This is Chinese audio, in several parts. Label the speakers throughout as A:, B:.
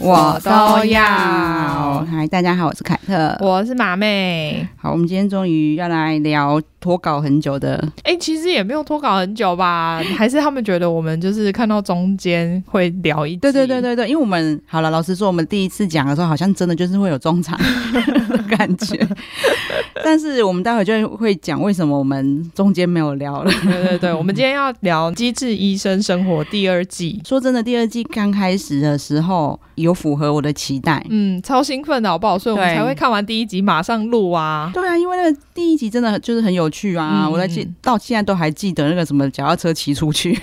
A: 我都要。
B: 嗨，大家好，我是凯特。
A: 我是马妹，
B: 好，我们今天终于要来聊脱稿很久的，
A: 哎、其实也没有脱稿很久吧，还是他们觉得我们就是看到中间会聊一集，
B: 对对对对对，因为我们好了，老实说，我们第一次讲的时候，好像真的就是会有中 场的感觉，但是我们待会就会讲为什么我们中间没有聊了。
A: 对对对，我们今天要聊《机智医生生活》第二季，
B: 说真的，第二季刚开始的时候有符合我的期待，
A: 嗯，超兴奋的好不好？所以我们
B: 对
A: 才会看完第一集马上录啊。
B: 对啊，因为那个第一集真的就是很有趣啊，
A: 嗯
B: 我在记
A: 嗯
B: 到现在都还记得那个什么脚踏车骑出 去，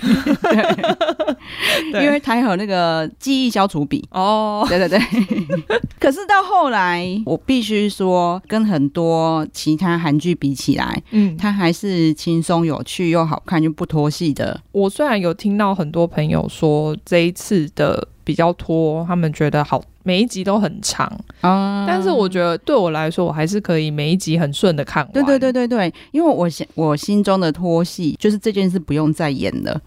A: 对
B: 因为它有那个记忆消除笔。
A: 哦，
B: 对对 对，可是到后来，我必须说，跟很多其他韩剧比起来，
A: 嗯，
B: 它还是轻松有趣又好看又不拖戏的。
A: 我虽然有听到很多朋友说这一次的比较拖，他们觉得好。每一集都很长，
B: 啊
A: 但是我觉得对我来说，我还是可以每一集很顺的看完。
B: 对对对对对，因为我心我心中的拖戏就是这件事不用再演了，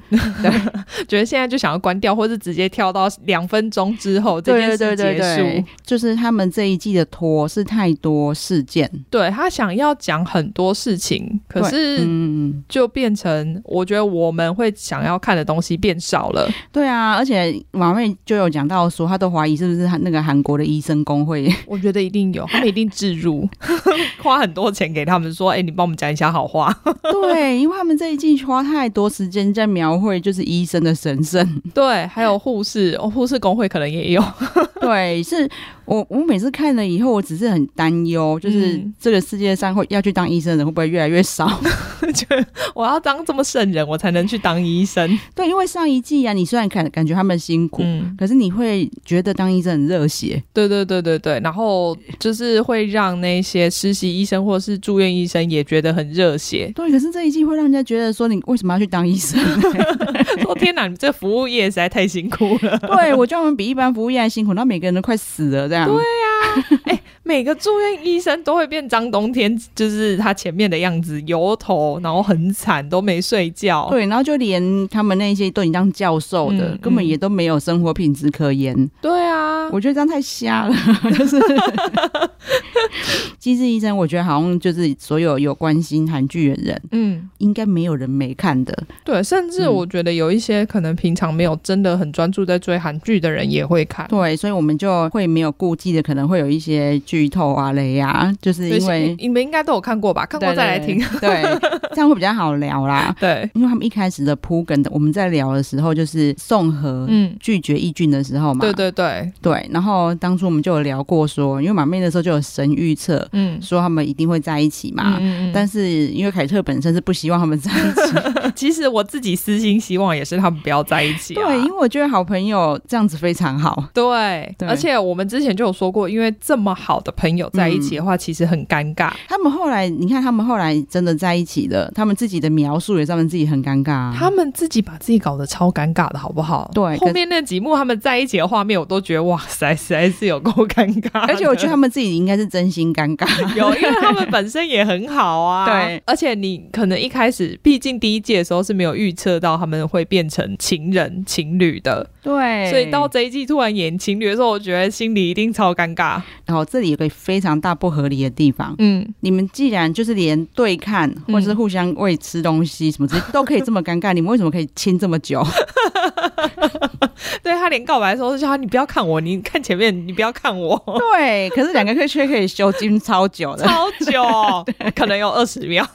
A: 觉得现在就想要关掉，或是直接跳到两分钟之后这
B: 对
A: 件
B: 对对
A: 事结
B: 对
A: 束。
B: 对，就是他们这一季的拖是太多事件，
A: 对他想要讲很多事情，可是
B: 嗯，
A: 就变成我觉得我们会想要看的东西变少 了。
B: 对啊，而且马妹就有讲到说，她都怀疑是不是那个韩国的医生工 会，
A: 我觉得一定有，他们一定置入， 花很多钱给他们说：“哎、你帮我们讲一下好话。
B: 对，因为他们这一季花太多时间在描绘就是医生的神 圣，”
A: 对，还有护士，哦护士工会可能也有。
B: 对，是我我每次看了以后，我只是很担忧，就是
A: 嗯
B: 这个世界上会要去当医生的人会不会越来越少？
A: 觉得我要当这么圣人，我才能去当医生。
B: 对，因为上一季啊，你虽然感感觉他们辛苦。
A: 嗯，
B: 可是你会觉得当医生很热血，，
A: 对对对对对，然后就是会让那些实习医生或是住院医生也觉得很热血
B: 对。可是这一季会让人家觉得说，你为什么要去当医生？
A: 说天哪，你这服务业实在太辛苦了。
B: 对我觉得我们比一般服务业还辛苦，然后每个人都快死了这样。对
A: 每个住院医生都会变张冬天，就是他前面的样子，油头，然后很惨，都没睡觉。
B: 对，然后就连他们那些都已经当教授的，
A: 哦嗯
B: 根本也都没有生活品质可言。
A: 对啊，
B: 我觉得这样太瞎 了，就是机智医生，我觉得好像就是所有有关心韩剧的人，
A: 嗯，
B: 应该没有人没看的。
A: 对，甚至
B: 嗯
A: 我觉得有一些可能平常没有真的很专注在追韩剧的人也会看。
B: 对，所以我们就会没有顾忌的，可能会有一些剧透啊、雷啊，就是
A: 对
B: 因为
A: 你们应该都有看过吧？看过再来听。 嗯
B: 对，对对这样会比较好聊啦。
A: 对，
B: 因为他们一开始的铺梗的，我们在聊的时候就是宋和
A: 嗯，
B: 拒绝义俊的时候嘛，
A: 对对对，
B: 对然后当初我们就有聊过说，因为马妹那时候就有神预测，
A: 嗯。
B: 说他们一定会在一起嘛。
A: 嗯嗯嗯
B: 但是因为凯特本身是不希望他们在一起，啊
A: 其实我自己私心希望也是他们不要在一起、啊。
B: 对，因为我觉得好朋友这样子非常好，
A: 对
B: 对
A: 而且我们之前就有说过，因为这么好的朋友在一起的
B: 嗯
A: 话，其实很尴尬。
B: 他们后来，你看他们后来真的在一起了，他们自己的描述也让他们自己很尴尬、啊。
A: 他们自己把自己搞得超尴尬的，好不好？
B: 对可
A: 后面那几幕他们在一起的画面，我都觉得哇塞，实在是有够尴尬 的。
B: 而且我觉得他们自己应该是真心尴尬，
A: 有，因为他们本身也很好啊。
B: 对，
A: 而且你可能一开始，毕竟第一季的时候是没有预测到他们会变成情人情侣的，
B: 对
A: 所以到这一季突然演情侣的时候，我觉得心里一定超尴尬。
B: 然后哦这里有个非常大不合理的地方，
A: 嗯，
B: 你们既然就是连对看或者是互相喂吃东西什么之类、都可以这么尴尬，你们为什么可以亲这么久？
A: 对他连告白的时候就叫啊他你不要看我，你看前面，你不要 看 我，
B: 对，可是两个可以却可以修经超久的。
A: 超久，可能有二十秒。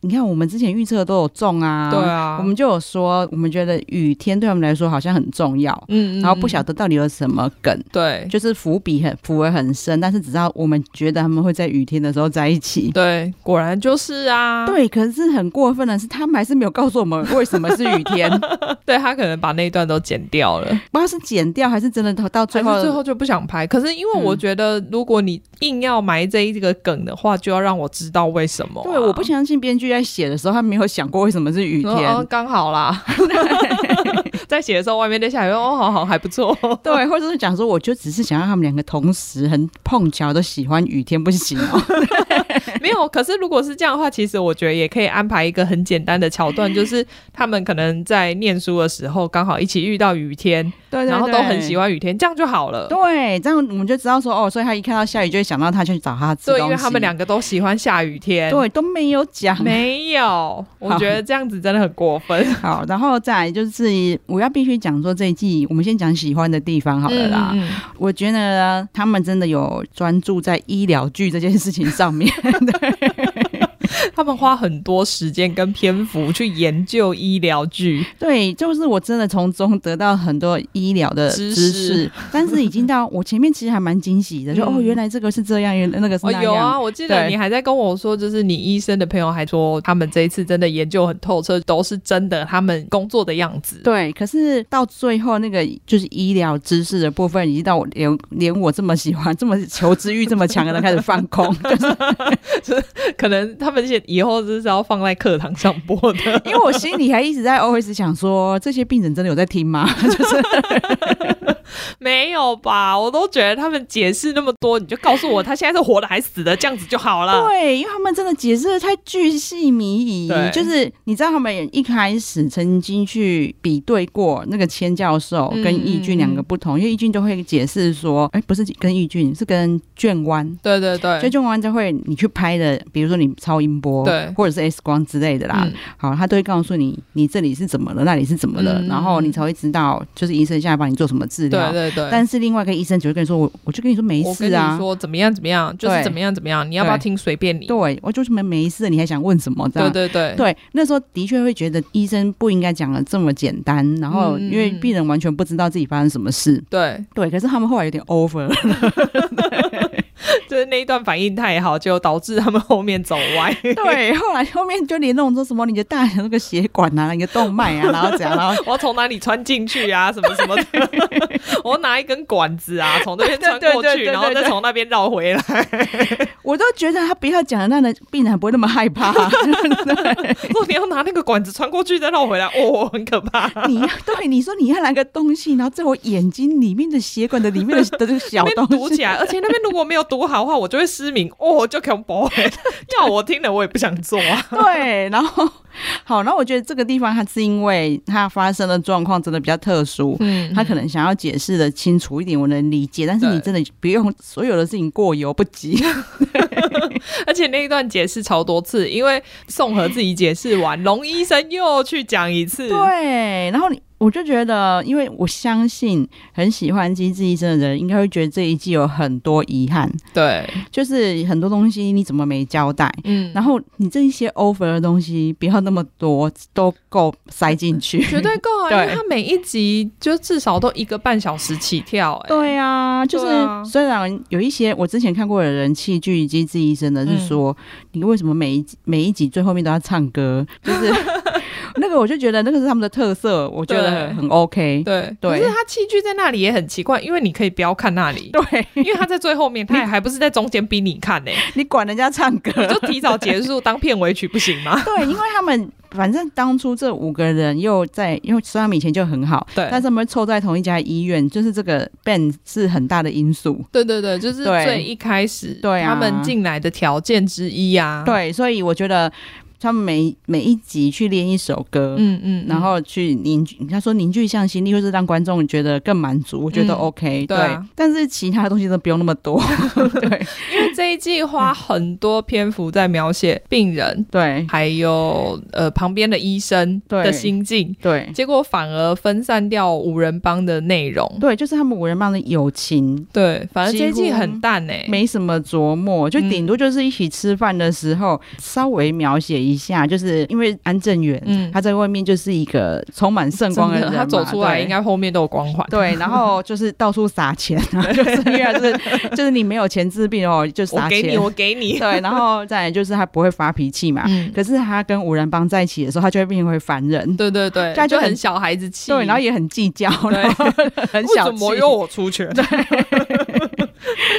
B: 你看我们之前预测都有中啊，
A: 对啊
B: 我们就有说，我们觉得雨天对他们来说好像很重要，
A: 嗯
B: 然后不晓得到底有什么梗。
A: 对
B: 就是伏笔很伏得很深，但是只知道我们觉得他们会在雨天的时候在一起。
A: 对，果然就是啊，
B: 对，可是很过分的是，他们还是没有告诉我们为什么是雨 天，不知
A: 对他可能把那一段都剪掉了，
B: 道是剪掉还是真的到到
A: 最
B: 最
A: 后
B: 后嗯
A: 最后就不想拍。可是因为我觉得，如果你硬要埋这一个梗的话，就要让我知道为什么啊、哦
B: 对，我不相信编剧在写的时候，他没有想过为什么是雨
A: 说。
B: 天。
A: 哦，刚好啦，在写的时候，外面在下雨，哦，好好还不错。
B: 对，或者是讲说，我就只是想让他们两个同时很碰巧都喜欢雨天，不行 哦。
A: 没有，可是如果是这样的话，其实我觉得也可以安排一个很简单的桥段，就是他们可能在念书的时候刚好一起遇到雨天，
B: 对
A: 然后都很喜
B: 欢。
A: 欢雨天，这样就好了。
B: 对，这样我们就知道说哦，所以他一看到下雨就会想到他去找他吃东
A: 对，
B: 西。
A: 因为他们两个都喜欢下雨天。
B: 对都没有讲。
A: 没有，我觉得这样子真的很过分。
B: 好，然后再来就是我要必须讲说这一季，我们先讲喜欢的地方好了啦。
A: 嗯嗯
B: 我觉得他们真的有专注在医疗剧这件事情上面。
A: 嗯他们花很多时间跟篇幅去研究医疗剧，
B: 对，就是我真的从中得到很多医疗的
A: 知
B: 知
A: 识
B: 识， 但是已经到我前面其实还蛮惊喜的，就、
A: 嗯
B: 哦，原来这个是这样，原来那个是
A: 哦，
B: 那样。
A: 有啊，我记得
B: 对
A: 你还在跟我说，就是你医生的朋友还说，他们这一次真的研究很透彻，都是真的他们工作的样子。
B: 对，可是到最后那个就是医疗知识的部分，已经到我连连我这么喜欢、这么求知欲这么强的人开始放空，。
A: 可能他们现以后就是要放在课堂上播的
B: 因为我心里还一直在 always 想说，这些病人真的有在听吗？就是
A: 没有吧？我都觉得他们解释那么多，你就告诉我他现在是活的还是死的，这样子就好了。
B: 对，因为他们真的解释的太巨细靡遗
A: 对，
B: 就是你知道他们也一开始曾经去比对过那个千教授
A: 嗯
B: 跟易俊两个不同，因为易俊都会解释说，哎、不是跟易俊，是跟卷湾。
A: 对对
B: 所以
A: 对，
B: 卷湾就会你去拍的，比如说你超音波，
A: 对
B: 或者是 X 光之类的啦，
A: 嗯
B: 好，他都会告诉你你这里是怎么了，那里是怎么了，
A: 嗯
B: 然后你才会知道，就是医生现在帮你做什么治疗。
A: 对对对。
B: 但是另外一个医生只会跟你说，我我就跟你说没
A: 我跟
B: 事
A: 你
B: 啊，
A: 说怎么样怎么样，就是
B: 对
A: 怎么样怎么样，你要不要
B: 对
A: 听随便你。
B: 对我就是没没事，你还想问什么？这
A: 对
B: 样
A: 对对，
B: 对，那时候的确会觉得医生不应该讲的这么简单，然后
A: 嗯嗯
B: 因为病人完全不知道自己发生什么事。
A: 对，
B: 对，可是他们后来有点 over 了。
A: 就是那一段反应太好，就导致他们后面走 歪。
B: 对，后来后面就连那种说什么你的大小那个血管啊，你的动脉啊，然后怎样，然后
A: 我要从哪里穿进去啊，什么什么的， 我要拿一根管子啊，从这边穿过
B: 对对对
A: 去，
B: 对对
A: 然后再从那边绕 回来，
B: 我都觉得他不要讲的那样的病人不会那么害怕、
A: 如哦果你要拿那个管子穿过去再绕回来，哦，很可怕。
B: 你对你说你要拿个东西，然后在我眼睛里面的血管的里面的的这个小
A: 那边
B: 东西
A: 堵起来，而且那边如果没有堵好的话，我就会失明哦，就恐怖欸。要我听了，我也不想做啊。
B: 对，然后好，然后我觉得这个地方它是因为它发生的状况真的比较特殊，
A: 嗯
B: 他可能想要解释的清楚一点，我能理解，但是你
A: 对
B: 真的不用所有的事情过犹不及。
A: 而且那一段解释超多次，因为宋和自己解释完，龙医生又去讲一 次。
B: 对，然后你。我就觉得，因为我相信很喜欢《机智医生》的人，应该会觉得这一季有很多遗憾，
A: 对，
B: 就是很多东西你怎么没交代，
A: 嗯
B: 然后你这一些 over 的东西不要那么多，都够塞进去。
A: 绝对够啊，因
B: 对
A: 为他每一集就至少都一个半小时起跳、欸。
B: 对啊，就是
A: 对啊
B: 虽然有一些我之前看过的人气剧《机智医生》的
A: 嗯
B: 是说，你为什么每一集每一集最后面都要唱歌？就是 那个，我就觉得那个是他们的特色，我觉得
A: 对
B: 很很 OK。
A: 对，
B: 对
A: 可是他器具在那里也很奇怪，因为你可以不要看那里，
B: 对
A: 因为他在最后面，他也还不是在中间逼你看 呢、
B: 你管人家唱歌，
A: 你就提早结束当片尾曲不行吗？
B: 对，因为他们反正当初这五个人又在，因为虽然他们以前就很好，
A: 对
B: 但是他们凑在同一家医院，就是这个 Ben 是很大的因素。
A: 对对对，就是
B: 对
A: 最一开始
B: 对啊
A: 他们进来的条件之一啊。，
B: 对，所以我觉得他们每每一集去练一首歌，
A: 嗯嗯，
B: 然后去凝聚，他说凝聚向心力，或是让观众觉得更满足，我觉得
A: 嗯
B: OK、
A: 对啊
B: 但是其他的东西都不用那么 多。对
A: 因为这一季花很多篇幅在描写病人，
B: 对
A: 还有呃旁边的医生
B: 对
A: 的心境，
B: 对
A: 结果反而分散掉五人帮的内容。
B: 对，就是他们五人帮的友情。
A: 对，反正这一季
B: 几乎
A: 很淡哎、
B: 没什么琢磨，就
A: 嗯
B: 顶多就是一起吃饭的时候、稍微描写一下，就是因为安正元、
A: 嗯
B: 他在外面就是一个充满圣光
A: 真
B: 人嘛，
A: 他走出来
B: 对
A: 应该后面都有光环。
B: 对，然后就是到处撒钱啊，就是因为他就是就是你没有钱治病哦，就
A: 我
B: 撒
A: 给你，
B: 钱，
A: 我给 你。
B: 对，然后再来就是他不会发脾气嘛，
A: 嗯，
B: 可是他跟五人帮在一起的时候，他就会变回凡人，
A: 对对对，
B: 他就
A: 就
B: 很
A: 很小孩子气，
B: 对，然后也很计较，
A: 对
B: 然后很
A: 为
B: 小
A: 什
B: 气
A: 么。由我出钱？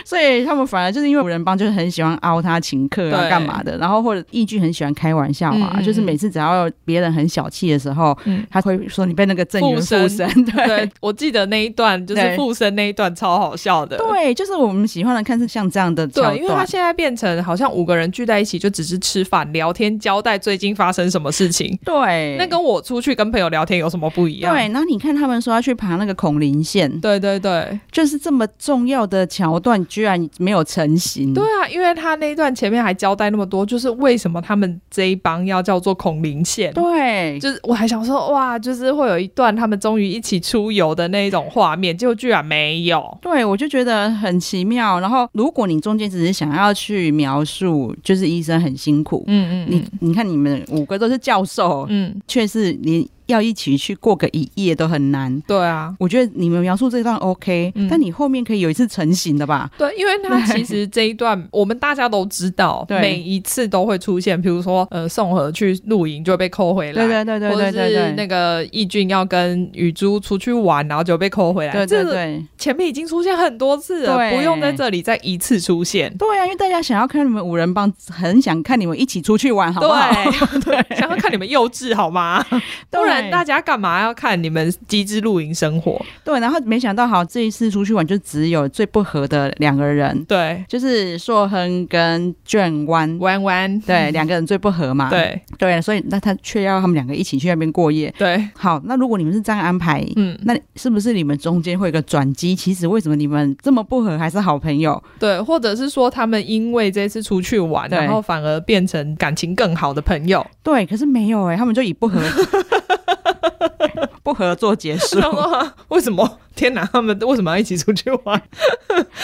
B: 所以他们反而就是因为五人帮就是很喜欢凹他请客啊
A: 对
B: 干嘛的，然后或者易剧很喜欢开玩笑嘛，
A: 嗯嗯嗯
B: 就是每次只要别人很小气的时候，
A: 嗯
B: 他会说你被那个正缘
A: 附
B: 附
A: 身
B: 身， 对。
A: 对，我记得那一段就是
B: 对
A: 附身那一段超好笑的。
B: 对，就是我们喜欢的看是像这样的桥
A: 对，因为他
B: 段，
A: 现在变成好像五个人聚在一起，就只是吃饭、聊天、交代最近发生什么事情。
B: 对，
A: 那跟我出去跟朋友聊天有什么不一样？
B: 对，然后你看他们说要去爬那个孔林线，
A: 对对对
B: 就是这么重要的桥段，居然没有成型。
A: 对啊！因为他那一段前面还交代那么多，就是为什么他们这一帮要叫做孔林县。
B: 对，
A: 就是我还想说，哇，就是会有一段他们终于一起出游的那一种画面，结果居然没有。
B: 对，我就觉得很奇妙。然后，如果你中间只是想要去描述，就是医生很辛苦，
A: 嗯
B: 你你看你们五个都是教授，
A: 嗯，
B: 却是连要一起去过个一夜都很难。
A: 对啊，
B: 我觉得你们描述这段 OK，、
A: 嗯
B: 但你后面可以有一次成型的吧？
A: 对，因为他其实这一段我们大家都知 道，
B: 对
A: 每一次都会出现，比如说呃，宋和去露营就会被扣回来，
B: 对对对对对
A: 或者是
B: 对对。
A: 那个义俊要跟雨珠出去玩，然后就被扣回来，
B: 对
A: 这
B: 对
A: 个
B: 对，
A: 前面已经出现很多次了，
B: 对
A: 不用在这里再一次出现。
B: 对啊，因为大家想要看你们五人帮，很想看你们一起出去玩，好不好？
A: 对，想要看你们幼稚好 吗？不然
B: 对
A: 大家干嘛要看你们机智露营生活？
B: 对，然后没想到，好，这一次出去玩就只有最不合的两个人，
A: 对，
B: 就是硕亨跟卷湾，
A: 弯弯，
B: 对，两个人最不合嘛，
A: 对
B: 对，所以那他却要他们两个一起去那边过夜。
A: 对，
B: 好，那如果你们是这样安排，
A: 嗯，
B: 那是不是你们中间会有一个转机？其实为什么你们这么不合，还是好朋友？
A: 对，或者是说他们因为这次出去玩，
B: 对
A: 然后反而变成感情更好的朋友。
B: 对，可是没有哎、他们就以不合不合作结束。
A: 然后为什么？天哪，他们为什么要一起出去玩？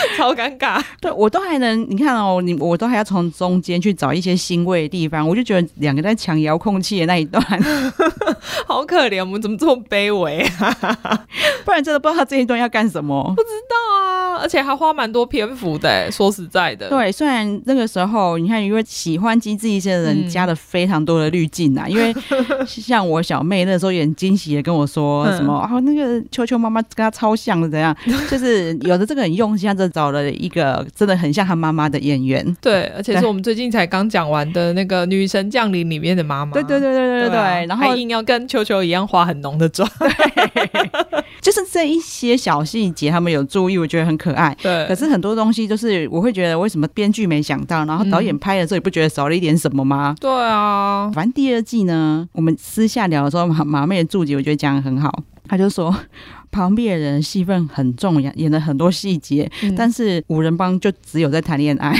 A: 超尴尬。
B: 对我都还能，你看哦，你我都还要从中间去找一些欣慰的地方。我就觉得两个在抢遥控器的那一段，
A: 好可怜，我们怎么这么卑微啊？
B: 不然真的不知道这一段要干什么。
A: 啊，而且还花蛮多篇幅的欸。说实在的，
B: 对，虽然那个时候你看，因为喜欢机智一些的人
A: 嗯
B: 加了非常多的滤镜啊，因 为像我小妹那时候也很惊喜的跟我说
A: 嗯
B: 什么啊、那个球球妈妈跟她超像的，怎 样？就是有的这个很用心，她就找了一个真的很像她妈妈的演员。
A: 对，而且是
B: 对
A: 我们最近才刚讲完的那个《女神降临》里面的妈妈。
B: 对对对对对对，
A: 啊
B: 然
A: 还
B: 后
A: 硬要跟球球一样化很浓的妆。
B: 就是这一些小细节，他们有注意，我觉得很可爱。
A: 对，
B: 可是很多东西就是我会觉得，为什么编剧没想到，然后导
A: 嗯
B: 演拍的时候也不觉得少了一点什么吗？
A: 对啊，
B: 反正第二季呢，我们私下聊的时候，马马妹的注解我觉得讲的很好，她就说旁边的人的戏份很重，演演了很多细节，
A: 嗯
B: 但是五人帮就只有在谈恋爱，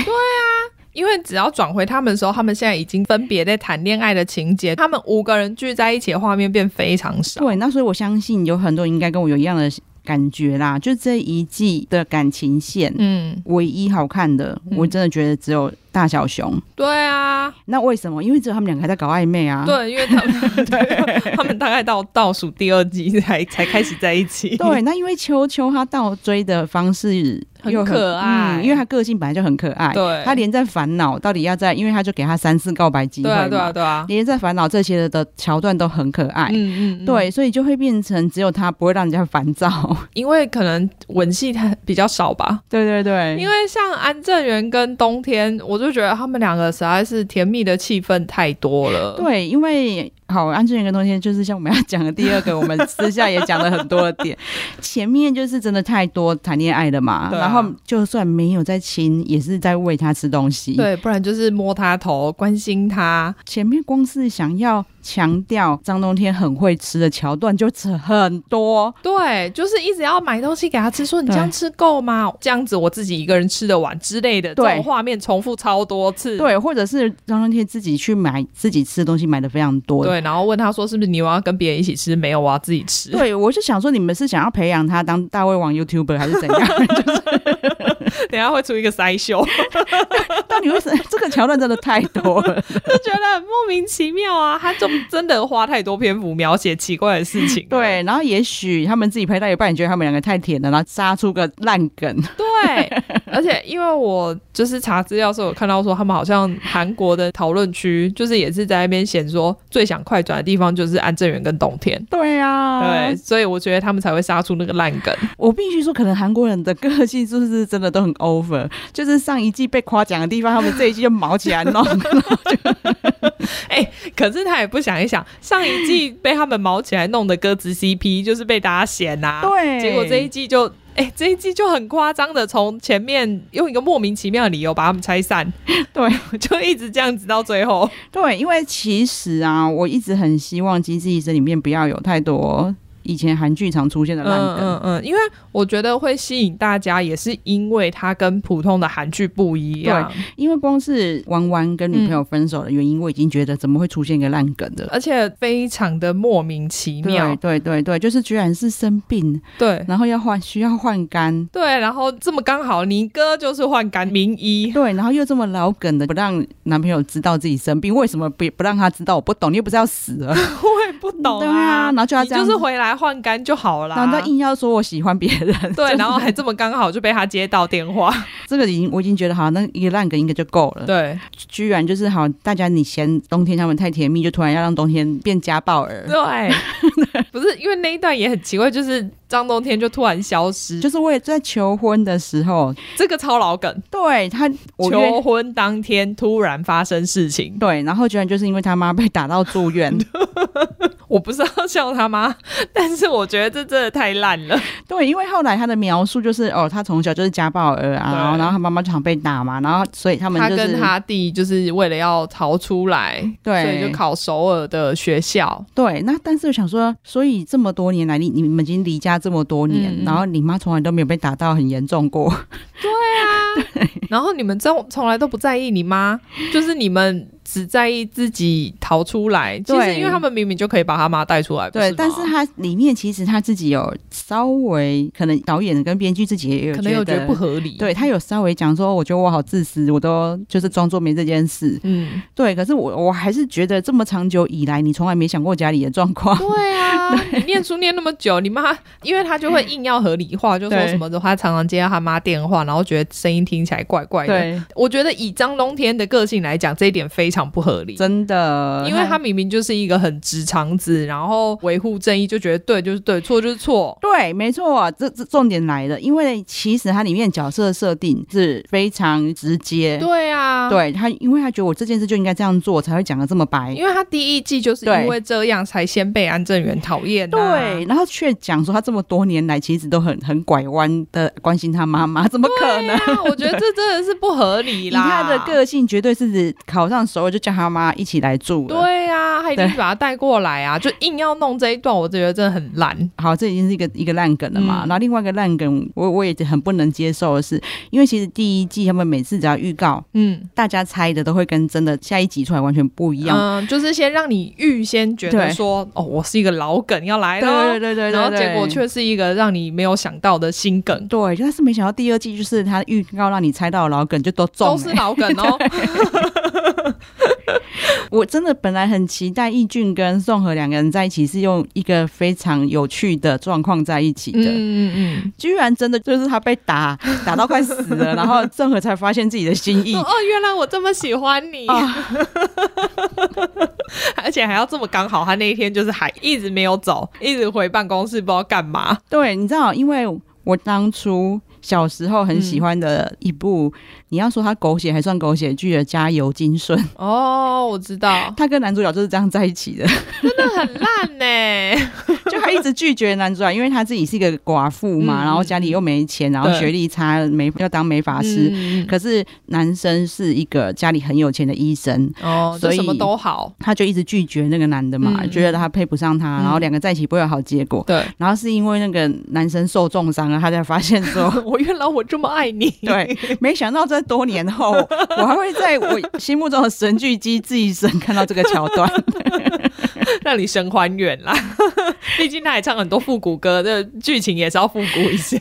A: 因为只要转回他们的时候，他们现在已经分别在谈恋爱的情节，他们五个人聚在一起的画面变非常少。
B: 对，那所以我相信有很多人应该跟我有一样的感觉啦，就这一季的感情线。
A: 嗯，
B: 唯一好看的，
A: 嗯
B: 我真的觉得只有大小熊。
A: 对啊，
B: 那为什么？因为只有他们两个还在搞暧昧啊。
A: 对，因为他们对他们大概到倒数第二集才才开始在一起。
B: 对，那因为秋秋她倒追的方式
A: 很
B: 又
A: 可爱
B: 嗯因为她个性本来就很可爱。
A: 对
B: 他连在烦恼到底要在，因为他就给他三次告白机会
A: 对
B: 嘛，
A: 啊，对啊，对啊。
B: 连在烦恼这些的桥段都很可爱。
A: 嗯嗯，嗯，
B: 对，所以就会变成只有他不会让人家烦躁。
A: 因为可能文戏它比较少吧，
B: 对对对，
A: 因
B: 为
A: 为像安正元跟冬天，我就觉得他们两个实在是甜蜜的气氛太多了。
B: 对，因为好，安全跟东西就是像我们要讲的第二个，我们私下也讲了很多的 点。前面就是真的太多谈恋爱了嘛，
A: 对啊
B: 然后就算没有在亲，也是在喂他吃东西。，
A: 对，不然就是摸他头，关心他。
B: 前面光是想要强调张冬天很会吃的桥段就扯很多。
A: 对，就是一直要买东西给他吃，说你这样
B: 对
A: 吃够吗？这样子我自己一个人吃得完之类的，这
B: 对
A: 种画面重复超多次。
B: 对，或者是张冬天自己去买自己吃的东西，买的非常多。
A: 对，然后问他说是不是你有要跟别人一起吃？没有，我要自己吃。
B: 对，我就想说，你们是想要培养他当大胃王 YouTuber 还是怎样？
A: 等一下会出一个筛秀，
B: 到底为什么这个桥段真的太多了？
A: 就觉得很莫名其妙啊！他就真的花太多篇幅描写奇怪的事情。
B: 对，然后也许他们自己拍到一半，你觉得他们两个太甜了，然后杀出个烂梗。
A: 对，而且因为我就是查资料的时候，有看到说他们好像韩国的讨论区，就是也是在那边显说最想快转的地方就是安正元跟董天。
B: 对啊呀、
A: 对，，所以我觉得他们才会杀出那个烂梗。
B: 我必须说，可能韩国人的个性就是真的都很 over，就是上一季被夸奖的地方，他们这一季就毛起来弄。
A: 哎、可是他也不想一想，上一季被他们毛起来弄的鸽子 CP，就是被大家嫌呐、
B: 对
A: 结果这一季就，哎、这一季就很夸张的从前面用一个莫名其妙的理由把他们拆散，
B: 对，
A: 就一直这样子到最后。
B: 对，因为其实啊，我一直很希望《机智医生》里面不要有太多以前韩剧常出现的烂
A: 嗯
B: 梗。
A: 嗯嗯，因为我觉得会吸引大家，也是因为它跟普通的韩剧不一样，
B: 因为光是弯弯跟女朋
A: 嗯
B: 友分手的原因，我已经觉得怎么会出现一个烂梗的。
A: 而且非常的莫名其妙
B: 对。对对对，就是居然是生病，
A: 对
B: 然后要换需要换肝，
A: 对，然后这么刚好，你哥就是换干名医，
B: 对，然后又这么老梗的，不让男朋友知道自己生病，为什么不不让他知道？我不懂，你又不是要死了，
A: 我也不懂
B: 对啊然后就要
A: 你
B: 这样
A: 就是回来换肝就好啦。
B: 然后他硬要说我喜欢别人，
A: 对，然后还这么刚好就被他接到电话，
B: 这个已经我已经觉得好，那一个烂梗应该就够了。
A: 对，
B: 居然就是好，大家你嫌冬天他们太甜蜜，就突然要让冬天变家暴儿，
A: 对，不是因为那一段也很奇怪，就是张冬天就突然消失，
B: 就是为了在求婚的时候，
A: 这个超老梗，
B: 对他，我约
A: 求婚当天突然发生事情，
B: 对，然后居然就是因为他妈被打到住 院，
A: 我不是要笑他妈， 但是我觉得这真的太烂了，
B: 对，因为后来他的描述就是哦，他从小就是家暴儿啊，
A: 对
B: 然后然后他妈妈常被打嘛，然后所以他们
A: 他
B: 就是
A: 跟他弟就是为了要逃出来，
B: 对
A: 所以就考首尔的学校，
B: 对，那但是我想说，所以这么多年来，你你们已经离家这么多年，
A: 嗯
B: 然后你妈从来都没有被打到很严重过，
A: 啊然后你们从从来都不在意你妈，就是你们只在意自己逃出来。其实
B: 对
A: 因为他们明明就可以把他妈带出来，不
B: 对，
A: 吗
B: 但是他里面其实他自己有稍微可能导演跟编剧自己也有
A: 可能有觉得不合理。
B: 对，他有稍微讲说，我觉得我好自私，我都就是装作没这件事。
A: 嗯，
B: 对，可是我我还是觉得这么长久以来，你从来没想过家里的状 况。
A: 对啊，你念书念那么久，你妈因为他就会硬要合理化，就说
B: 对
A: 什么的，他常常接到他妈电话，然后觉得声音听起来怪怪的。
B: 对，
A: 我觉得以张冬天的个性来讲，这一点非常不合理。
B: 真的，
A: 因为他明明就是一个很直肠子，然后维护正义，就觉得对就是对，错就是错。
B: 对，没错，啊这这重点来了，因为其实它里面角色设定是非常直接。
A: 对啊，
B: 对他，因为他觉得我这件事就应该这样做，才会讲的这么白。
A: 因为他第一季就是因为这样才先被安正元讨厌、啊，
B: 对，然后却讲说他这么多年来其实都很很拐弯的关心他妈妈，怎么可
A: 对
B: 能？
A: 啊，我觉得这真的是不合理
B: 以
A: 啦。
B: 他的个性，绝对是指考上首尔就叫他妈一起来住了。，
A: 对啊，他一定
B: 对
A: 把他带过来啊，就硬要弄这一段，我觉得真的很烂。
B: 好，这已经是一个一个烂梗了嘛。
A: 嗯
B: 然后另外一个烂梗，我我也很不能接受的是，因为其实第一季他们每次只要预告，
A: 嗯，
B: 大家猜的都会跟真的下一集出来完全不一样。
A: 嗯，就是先让你预先觉得
B: 对
A: 说，哦，我是一个老梗要来
B: 对
A: 了，
B: 对对对对，
A: 嗯然后
B: 对
A: 结果。却是一个让你没有想到的新梗，
B: 对，但是没想到第二季就是他预告让你猜到的老梗就都中、
A: 都
B: 欸
A: 是老梗 哦。
B: 我真的本来很期待易俊跟宋和两个人在一起是用一个非常有趣的状况在一起
A: 嗯
B: 的，
A: 嗯嗯
B: 居然真的就是他被打 打到快死了，然后郑和才发现自己的心意
A: 嗯，。哦，原来我这么喜欢你。
B: 啊，
A: 而且还要这么刚好，他那一天就是还一直没有走，一直回办公室不知道干嘛。
B: 对，你知道，因为我当初小时候很喜欢的一部，你要说它狗血还算狗血剧的《加油金顺》，
A: 哦，我知道，
B: 他跟男主角就是这样在一起 的，
A: 真的很烂呢、
B: 就他一直拒绝男主角，因为他自己是一个寡妇嘛，
A: 嗯
B: 然后家里又没钱，然后
A: 对
B: 学历差，没要当美发师。
A: 嗯
B: 可是男生是一个家里很有钱的医生，
A: 哦，就
B: 所以
A: 什么都好。
B: 他就一直拒绝那个男的嘛，
A: 嗯
B: 觉得他配不上他，
A: 嗯
B: 然后两个在一起不会有好结果。
A: 对，，
B: 然后是因为那个男生受重伤啊了，他才发现说
A: 我原来我这么爱你。
B: 对，没想到在多年后，我还会在我心目中的神剧机自己神看到这个桥 段。
A: 让你神还 原啦。毕竟他也唱很多复古歌，这剧情也是要复古一下。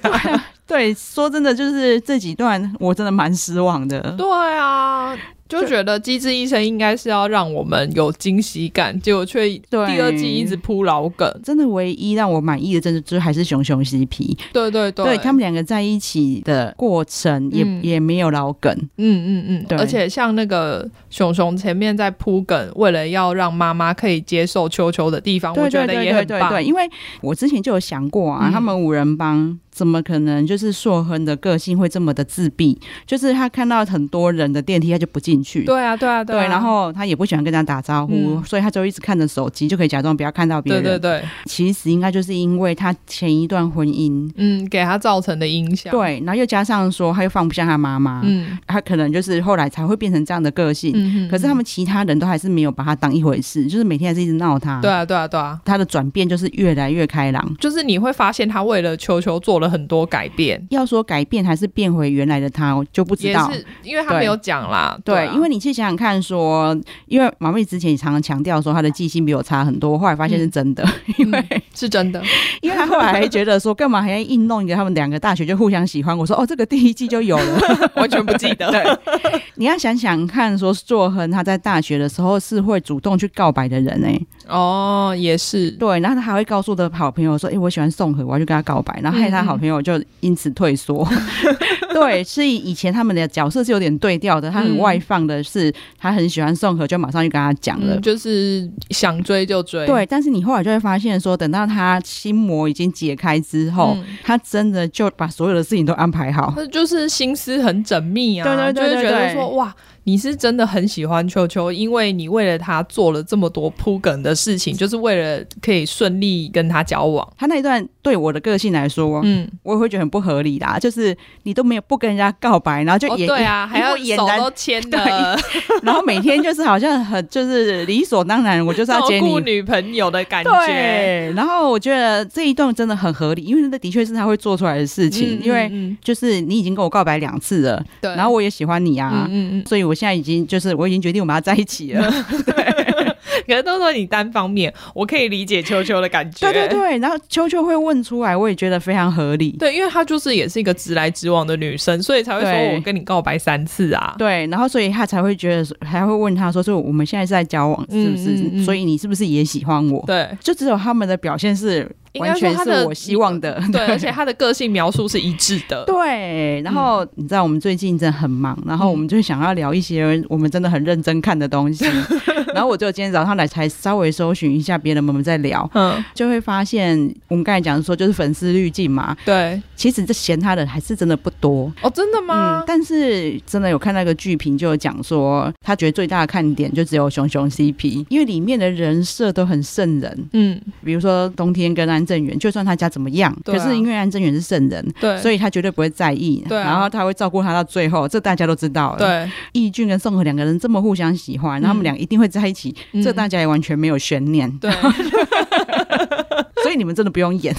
B: 对，说真的，就是这几段我真的蛮失望的。
A: 对啊，就觉得《机智医生》应该是要让我们有惊喜感，结果却第
B: 对
A: 二季一直铺老梗。
B: 真的唯一让我满意的，真的就是还是熊熊 CP，
A: 对对对，
B: 对他们两个在一起的过程也、
A: 嗯
B: 也没有老梗，
A: 嗯嗯
B: 对
A: 嗯，而且像那个熊熊前面在铺梗，为了要让妈妈可以接受球球的地方，
B: 对对
A: 我觉
B: 对
A: 得也
B: 对
A: 很
B: 对
A: 棒。
B: 对，因为我之前就有想过啊，
A: 嗯
B: 他们五人帮怎么可能就是硕亨的个性会这么的自闭？就是他看到很多人的电梯，他就不进去。
A: 对啊对啊
B: 对
A: 啊，
B: 然后他也不喜欢跟人家打招呼，
A: 嗯
B: 所以他就一直看着手机，就可以假装不要看到别
A: 对
B: 人。
A: 对对，
B: 其实应该就是因为他前一段婚姻，
A: 嗯，给他造成的影响。，
B: 对，啊然后又加上说他又放不下他妈妈，
A: 嗯
B: 他可能就是后来才会变成这样的个性。
A: 嗯，嗯
B: 可是他们其他人都还是没有把他当一回事，就是每天还是一直闹他。
A: 对，啊对啊对啊，
B: 他的转变就是越来越开朗。
A: 就是你会发现他为了球球做了很多改变，
B: 要说改变还是变回原来的他，我就不知
A: 也
B: 道。
A: 是因为他
B: 对
A: 没有讲啦。
B: 对，
A: 啊
B: 因为你去想想看说因为马妹之前也常常强调说她的记性比我差很多，我后来发现
A: 嗯
B: 是真的， 因为、
A: 是真的，
B: 因为她后来还觉得说干嘛还要硬弄一个他们两个大学就互相喜欢，我说哦这个第一季就有了，
A: 完全不记得。
B: 对，你要想想看说作恒他在大学的时候是会主动去告白的人哎、
A: 哦，也是，
B: 对，然后他还会告诉他的好朋友说：“哎、我喜欢宋和，我要去跟他告白。”然后
A: 嗯
B: 害他好朋友就因此退缩。 对，所以以前他们的角色是有点对调的。他很
A: 嗯
B: 外放的是，他很喜欢宋和，就马上就跟他讲了。
A: 嗯，就是想追就追。
B: 对，但是你后来就会发现说，等到他心魔已经解开之后，
A: 嗯
B: 他真的就把所有的事情都安排好。
A: 他就是心思很缜密啊，
B: 对对对对
A: 就会觉得
B: 对
A: 说哇，你是真的很喜欢球球，因为你为了他做了这么多铺梗的事情，就是为了可以顺利跟他交往。
B: 他那一段对我的个性来说，
A: 嗯，
B: 我也会觉得很不合理啦。就是你都没有不跟人家告白，然后就
A: 哦
B: 也、
A: 对啊，还要
B: 一副俨
A: 手
B: 然
A: 都牵 的，
B: 然后每天就是好像很就是理所当然，我就是要
A: 照
B: 接
A: 顾
B: 你。
A: 女朋友的感觉。
B: 对，然后我觉得这一段真的很合理，因为那的确是他会做出来的事情，
A: 嗯
B: 因为
A: 嗯嗯嗯
B: 就是你已经跟我告白两次了，
A: 对，
B: 然后我也喜欢你啊
A: 嗯，嗯嗯，
B: 所以我现在已经就是我已经决定我们要在一起了。
A: 可是都说你单方面，我可以理解秋秋的感觉。
B: 对对对，然后秋秋会问出来，我也觉得非常合理。
A: 对，因为她就是也是一个直来直往的女生，所以才会说
B: 对
A: 我跟你告白三次啊。
B: 对，然后所以他才会觉得，还会问他说：“所以我们现在是在交往，是不是？
A: 嗯嗯嗯
B: 所以你是不是也喜欢我？”
A: 对，
B: 就只有他们的表现是
A: 应该
B: 完
A: 说
B: 全
A: 他
B: 是
A: 的
B: 我希望的，
A: 对，而且他的个性描述是一致的。嗯
B: 对，然后你知道我们最近真的很忙，然后我们就想要聊一些我们真的很认真看的 东西。然后我就今天早上来才稍微搜寻一下别人我们在聊，
A: 嗯，
B: 就会发现我们刚才讲说就是粉丝滤镜嘛，
A: 对。
B: 其实这嫌他的还是真的不多。
A: 哦，真的
B: 嗯
A: 吗，？
B: 但是真的有看那个剧评，就有讲说他觉得最大的看点就只有熊熊 CP，因为里面的人设都很圣人，
A: 嗯，
B: 比如说冬天跟安正元，就算他家怎么样，
A: 对
B: 可
A: 啊
B: 是因为安正元是圣人，
A: 对，
B: 所
A: 以
B: 以他绝对不会在意，
A: 对啊
B: 然后他会照顾他到最后，这大家都知道了。，
A: 对，
B: 义俊跟宋和两个人这么互相喜欢，
A: 嗯
B: 然后他们俩一定会在一起，
A: 嗯
B: 这大家也完全没有悬念，
A: 对，
B: 所以你们真的不用演。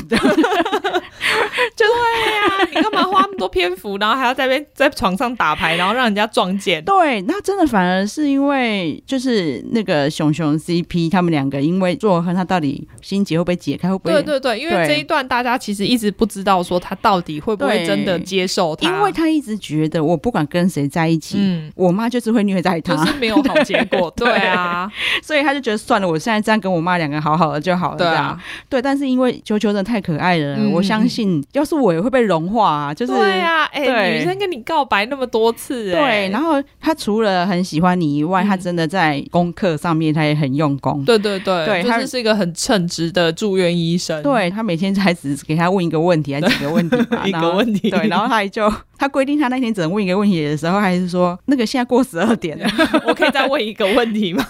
A: 你干嘛花那么多篇幅，然后还要在那边在床上打牌，然后让人家撞 见？
B: 对，那真的反而是因为就是那个熊熊 CP 他们两个，因为做和他到底心结会不会解开，会不会？
A: 对对对，因为
B: 对
A: 这一段大家其实一直不知道说他到底会不会
B: 对
A: 真的接受他，
B: 因为他一直觉得我不管跟谁在一起。
A: 嗯，
B: 我妈就是会虐待他，
A: 就是没有好结果。 对啊，
B: 所以他就觉得算了，我现在这样跟我妈两个好好的就好了。
A: 对
B: 这样
A: 啊，
B: 对，但是因为球球真的太可爱了，
A: 嗯
B: 我相信要是我也会被融化啊，就是。
A: 对啊，哎，
B: 对
A: 女生跟你告白那么多次，哎
B: 对，然后他除了很喜欢你以外，
A: 嗯
B: 他真的在功课上面他也很用功。
A: 对对对，
B: 对
A: 就
B: 他
A: 是是一个很称职的住院医生。，
B: 对他每天才只给他问一个问题，还是几个问题吧
A: 一
B: 然后
A: 个问题，
B: 对，然后他还就他规定他那天只能问一个问题的时候，还是说那个现在过十二点 了。
A: 我可以再问一个问题 吗？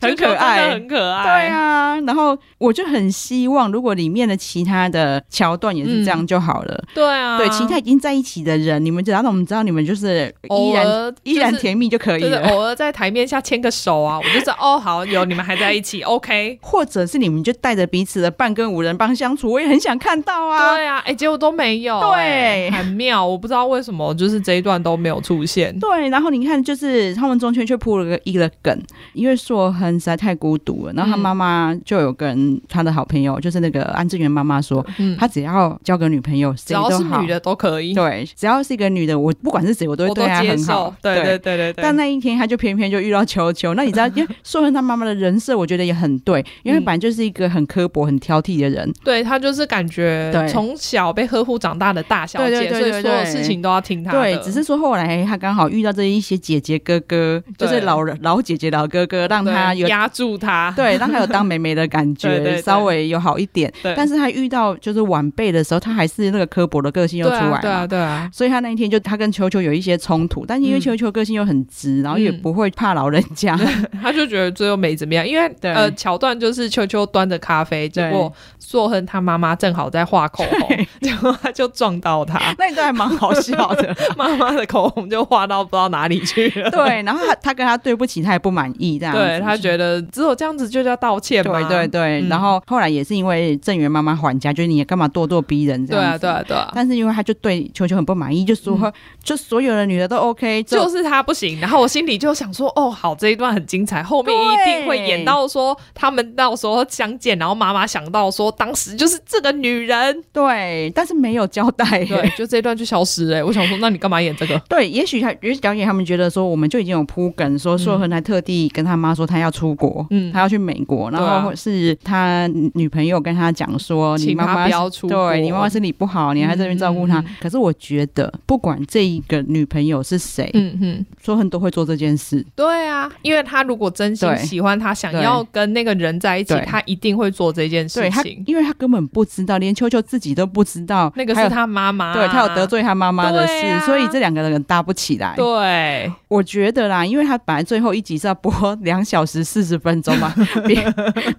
B: 很可爱
A: 很可爱。
B: 对，啊，然后我就很希望，如果里面的其他的桥段也是这样就好了。
A: 对嗯啊，
B: 对，其他已经在一起的人，你们只要让我们知道你们就是依
A: 偶
B: 然、
A: 尔
B: 依然。甜啊蜜就可以
A: 就是
B: 了。
A: 偶尔在台面下牵个手啊，我就知道哦，好有你们还在 一起，OK，
B: 或者是你们就带着彼此的半跟五人帮相处，我也很想看到啊。
A: 对啊，哎、结果都没有、
B: 对
A: 哎很妙，我不知道为什么就是这一段都没有出现。
B: 对，然后你看，就是他们中间却铺了个一个梗，因为硕亨实在太孤独了。然后他妈妈就有跟他的好朋友，就是那个安志源妈妈说，
A: 嗯，
B: 他只要交个女朋友，
A: 只
B: 谁
A: 要
B: 都
A: 是
B: 好
A: 女，的都可以，
B: 对，只要是一个女的，我不管是谁，我都会
A: 我都
B: 对她
A: 接
B: 很好
A: 受。。对对对对对。
B: 但那一天，他就偏偏就遇到球球。那你知道，因为硕恩他妈妈的人设，我觉得也很对，因为
A: 嗯
B: 本来就是一个很刻薄、很挑剔的人。
A: 对他就是感觉
B: 对
A: 从小被呵护长大的大小
B: 对对
A: 姐，
B: 对
A: 所以
B: 对
A: 所有
B: 对
A: 事情都要听他的。
B: 对，只是说后来他刚好遇到这一些姐姐哥哥，就
A: 对
B: 是老人老姐姐、老哥哥，让
A: 对
B: 他有
A: 压住他。
B: 对，让他有当妹妹的感觉，
A: 对对对
B: 稍微有好一点。
A: 对，
B: 但是他遇到就是晚辈的时候，他还是那个刻薄的个性又出来了。
A: 对啊，对啊，对啊。
B: 所以他那一天就他跟球球有一些冲突，但因为
A: 嗯
B: 球球个性又很直，然后也
A: 嗯
B: 不会怕老人家，
A: 啊他就觉得最后没怎么样，因为
B: 对
A: 呃，桥段就是秋秋端着咖啡，结
B: 对
A: 果硕亨他妈妈正好在画口红， 结果他就撞到 他
B: ，那一段还蛮好笑的。
A: 妈妈的口红就画到不知道哪里去了。
B: 对，然后他他跟他对不起，他也不满意这样子。
A: 对他觉得只有这样子就叫道歉嘛。
B: 对对对，
A: 嗯
B: 然后后来也是因为郑源妈妈还家，就是你也干嘛咄咄逼人这
A: 对
B: 样
A: 啊
B: 子。
A: 对啊对啊，
B: 但是因为他就对球球很不满意，就说、就所有的女的都 OK，只有
A: 嗯就是他不行。然后我心里就想说，哦，好，这一段很精彩，后面一定会演到说他们到时候相见，然后妈妈想到说当时就是这个女人，
B: 对，但是没有交代。
A: 对，就这一段就消失哎、我想说，那你干嘛演这个？
B: 对，也许他，也许导演他们觉得说，我们就已经有铺梗，说硕恒还特地跟他妈说他要出国，
A: 嗯
B: 他要去美国，
A: 对啊
B: 然后是他女朋友跟他讲说，你
A: 请
B: 妈
A: 他
B: 妈
A: 不要出国
B: 对你妈妈身体不好，你还在这边照顾她。
A: 嗯嗯
B: 可是我觉得，不管这一个女朋友是谁，
A: 嗯哼，
B: 硕恒都会做这件事。
A: 对啊，因为他如果真心
B: 对
A: 喜欢他，想要跟那个人在一起
B: 对，
A: 他一定会做这件
B: 对
A: 事
B: 他，
A: 情。
B: 因为他根本不知道，连秋秋自己都不知道，
A: 那个
B: 还
A: 是
B: 有。
A: 他妈妈，
B: 对他有得。罪他妈妈的事，
A: 啊对啊
B: 所以这两个人搭不起来。
A: 对，
B: 我觉得啦，因为他本来最后一集是要播两小时四十分钟 嘛，比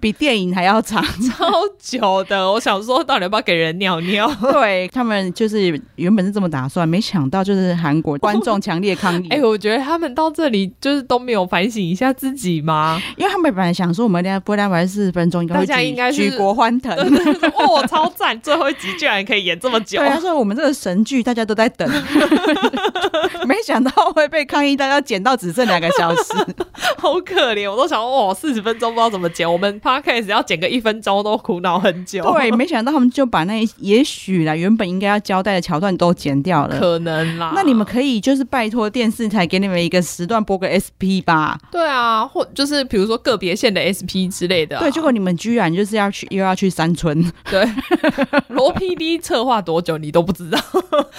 B: 比电影还要长。
A: 超久的，我想说，到底要不要给人尿尿？
B: 对他们就是原本是这么打算，没想到就是韩国观众强烈抗议，
A: 哎、我觉得他们到这里就是都没有反省一下自 己吗？
B: 因为他们本来想说我们俩播两百四十分钟，应该会
A: 大家
B: 举
A: 应该是
B: 举国欢 腾。
A: 哦，超赞！最后一集居然可以演这么久
B: 对，啊他说我们这个神剧大家都在 等，没想到会被抗议，大家剪到只剩两个小时。
A: 好可怜！我都想，哦，四十分钟不知道怎么剪，我们 podcast 要剪个一分钟都苦恼很久。
B: 对，，没想到他们就把那一也许啦，原本应该要交代的桥段都剪掉了。
A: 可能啦。
B: 那你们可以就是拜托电视台给你们一个时段播个 SP 吧。
A: 对啊，或就是比如说个别线的 SP 之类的啊、
B: 对，结果你们居然就是要去又要去山村，
A: 对罗 PD 策划多久你都不知道，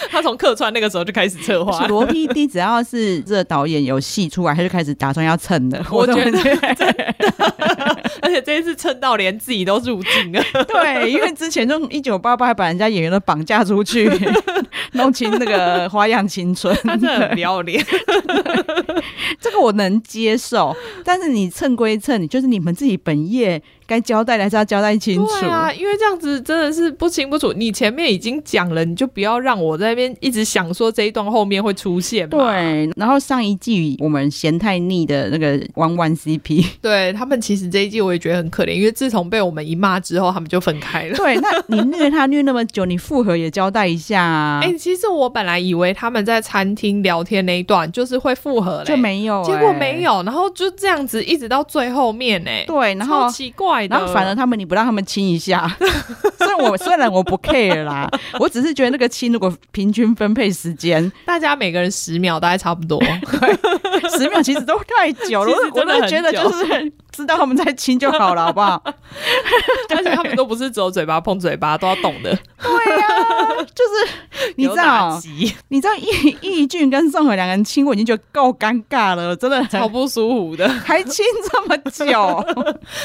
A: 他从客串那个时候就开始策划了。
B: 罗 PD 只要是这导演有戏出来，他就开始打算要蹭的。
A: 我
B: 都
A: 觉得
B: 对
A: 而且这一次蹭到连自己都入境了，
B: 对，因为之前就一九八八还把人家演员都绑架出去， 弄清那个花样青 春，
A: 他真的很不要脸。
B: 这个我能接受。但是你蹭归蹭，你就是你们自己本业该交代的还是要交代清楚。
A: 对啊，因为这样子真的是不清不楚。你前面已经讲了，你就不要让我在那边一直想说这一段后面会出现嘛。
B: 对，然后上一季我们嫌太腻的那个弯弯 CP，
A: 对他们其实这一季我也觉得很可怜，因为自从被我们一骂之后，他们就分开了。
B: 对，那你虐他虐那么久，你复合也交代一下 啊，
A: 哎、其实我本来以为他们在餐厅聊天那一段就是会复合嘞，
B: 就没有、欸哎
A: 结果没
B: 有，
A: 有，然后就这样子一直到最后面哎、
B: 对，然
A: 超
B: 后。
A: 奇怪的，
B: 然后反而他们，你不让他们亲一下， 虽然我虽然我不 care 啦，我只是觉得那个亲如果平均分配时间
A: 大家每个人十秒大概差 不多，
B: 十秒，其实都太久了。
A: 其实
B: 我我
A: 真的
B: 都觉得
A: 很久
B: 就是知道他们在亲就好了，好不 好？
A: 而且他们都不是只有嘴巴碰嘴巴，都要懂的。
B: 对呀、就是你知
A: 有打
B: 道，
A: 击
B: 你知道易 易俊跟宋慧两个人亲，我已经觉得够尴尬了，真 的
A: 超不舒服的，
B: 还亲这么久，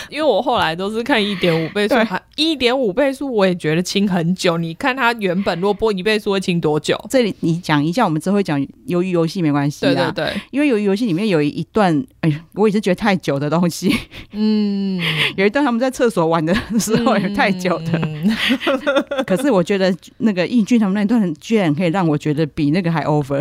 A: 因为我后来都是看一点五倍速
B: 对，
A: 一点五倍速我也觉得清很久。你看他原本若播一倍速会清多久？
B: 这里你讲一下，我们之后会讲鱿鱼游戏没关系啦。
A: 对对对，
B: 因为鱿鱼游戏里面有一段，哎呀，我也是觉得太久的东西，
A: 嗯，
B: 有一段他们在厕所玩的时候也太久的。
A: 嗯
B: 可是我觉得那个易俊他们那一段居然可以让我觉得比那个还 over，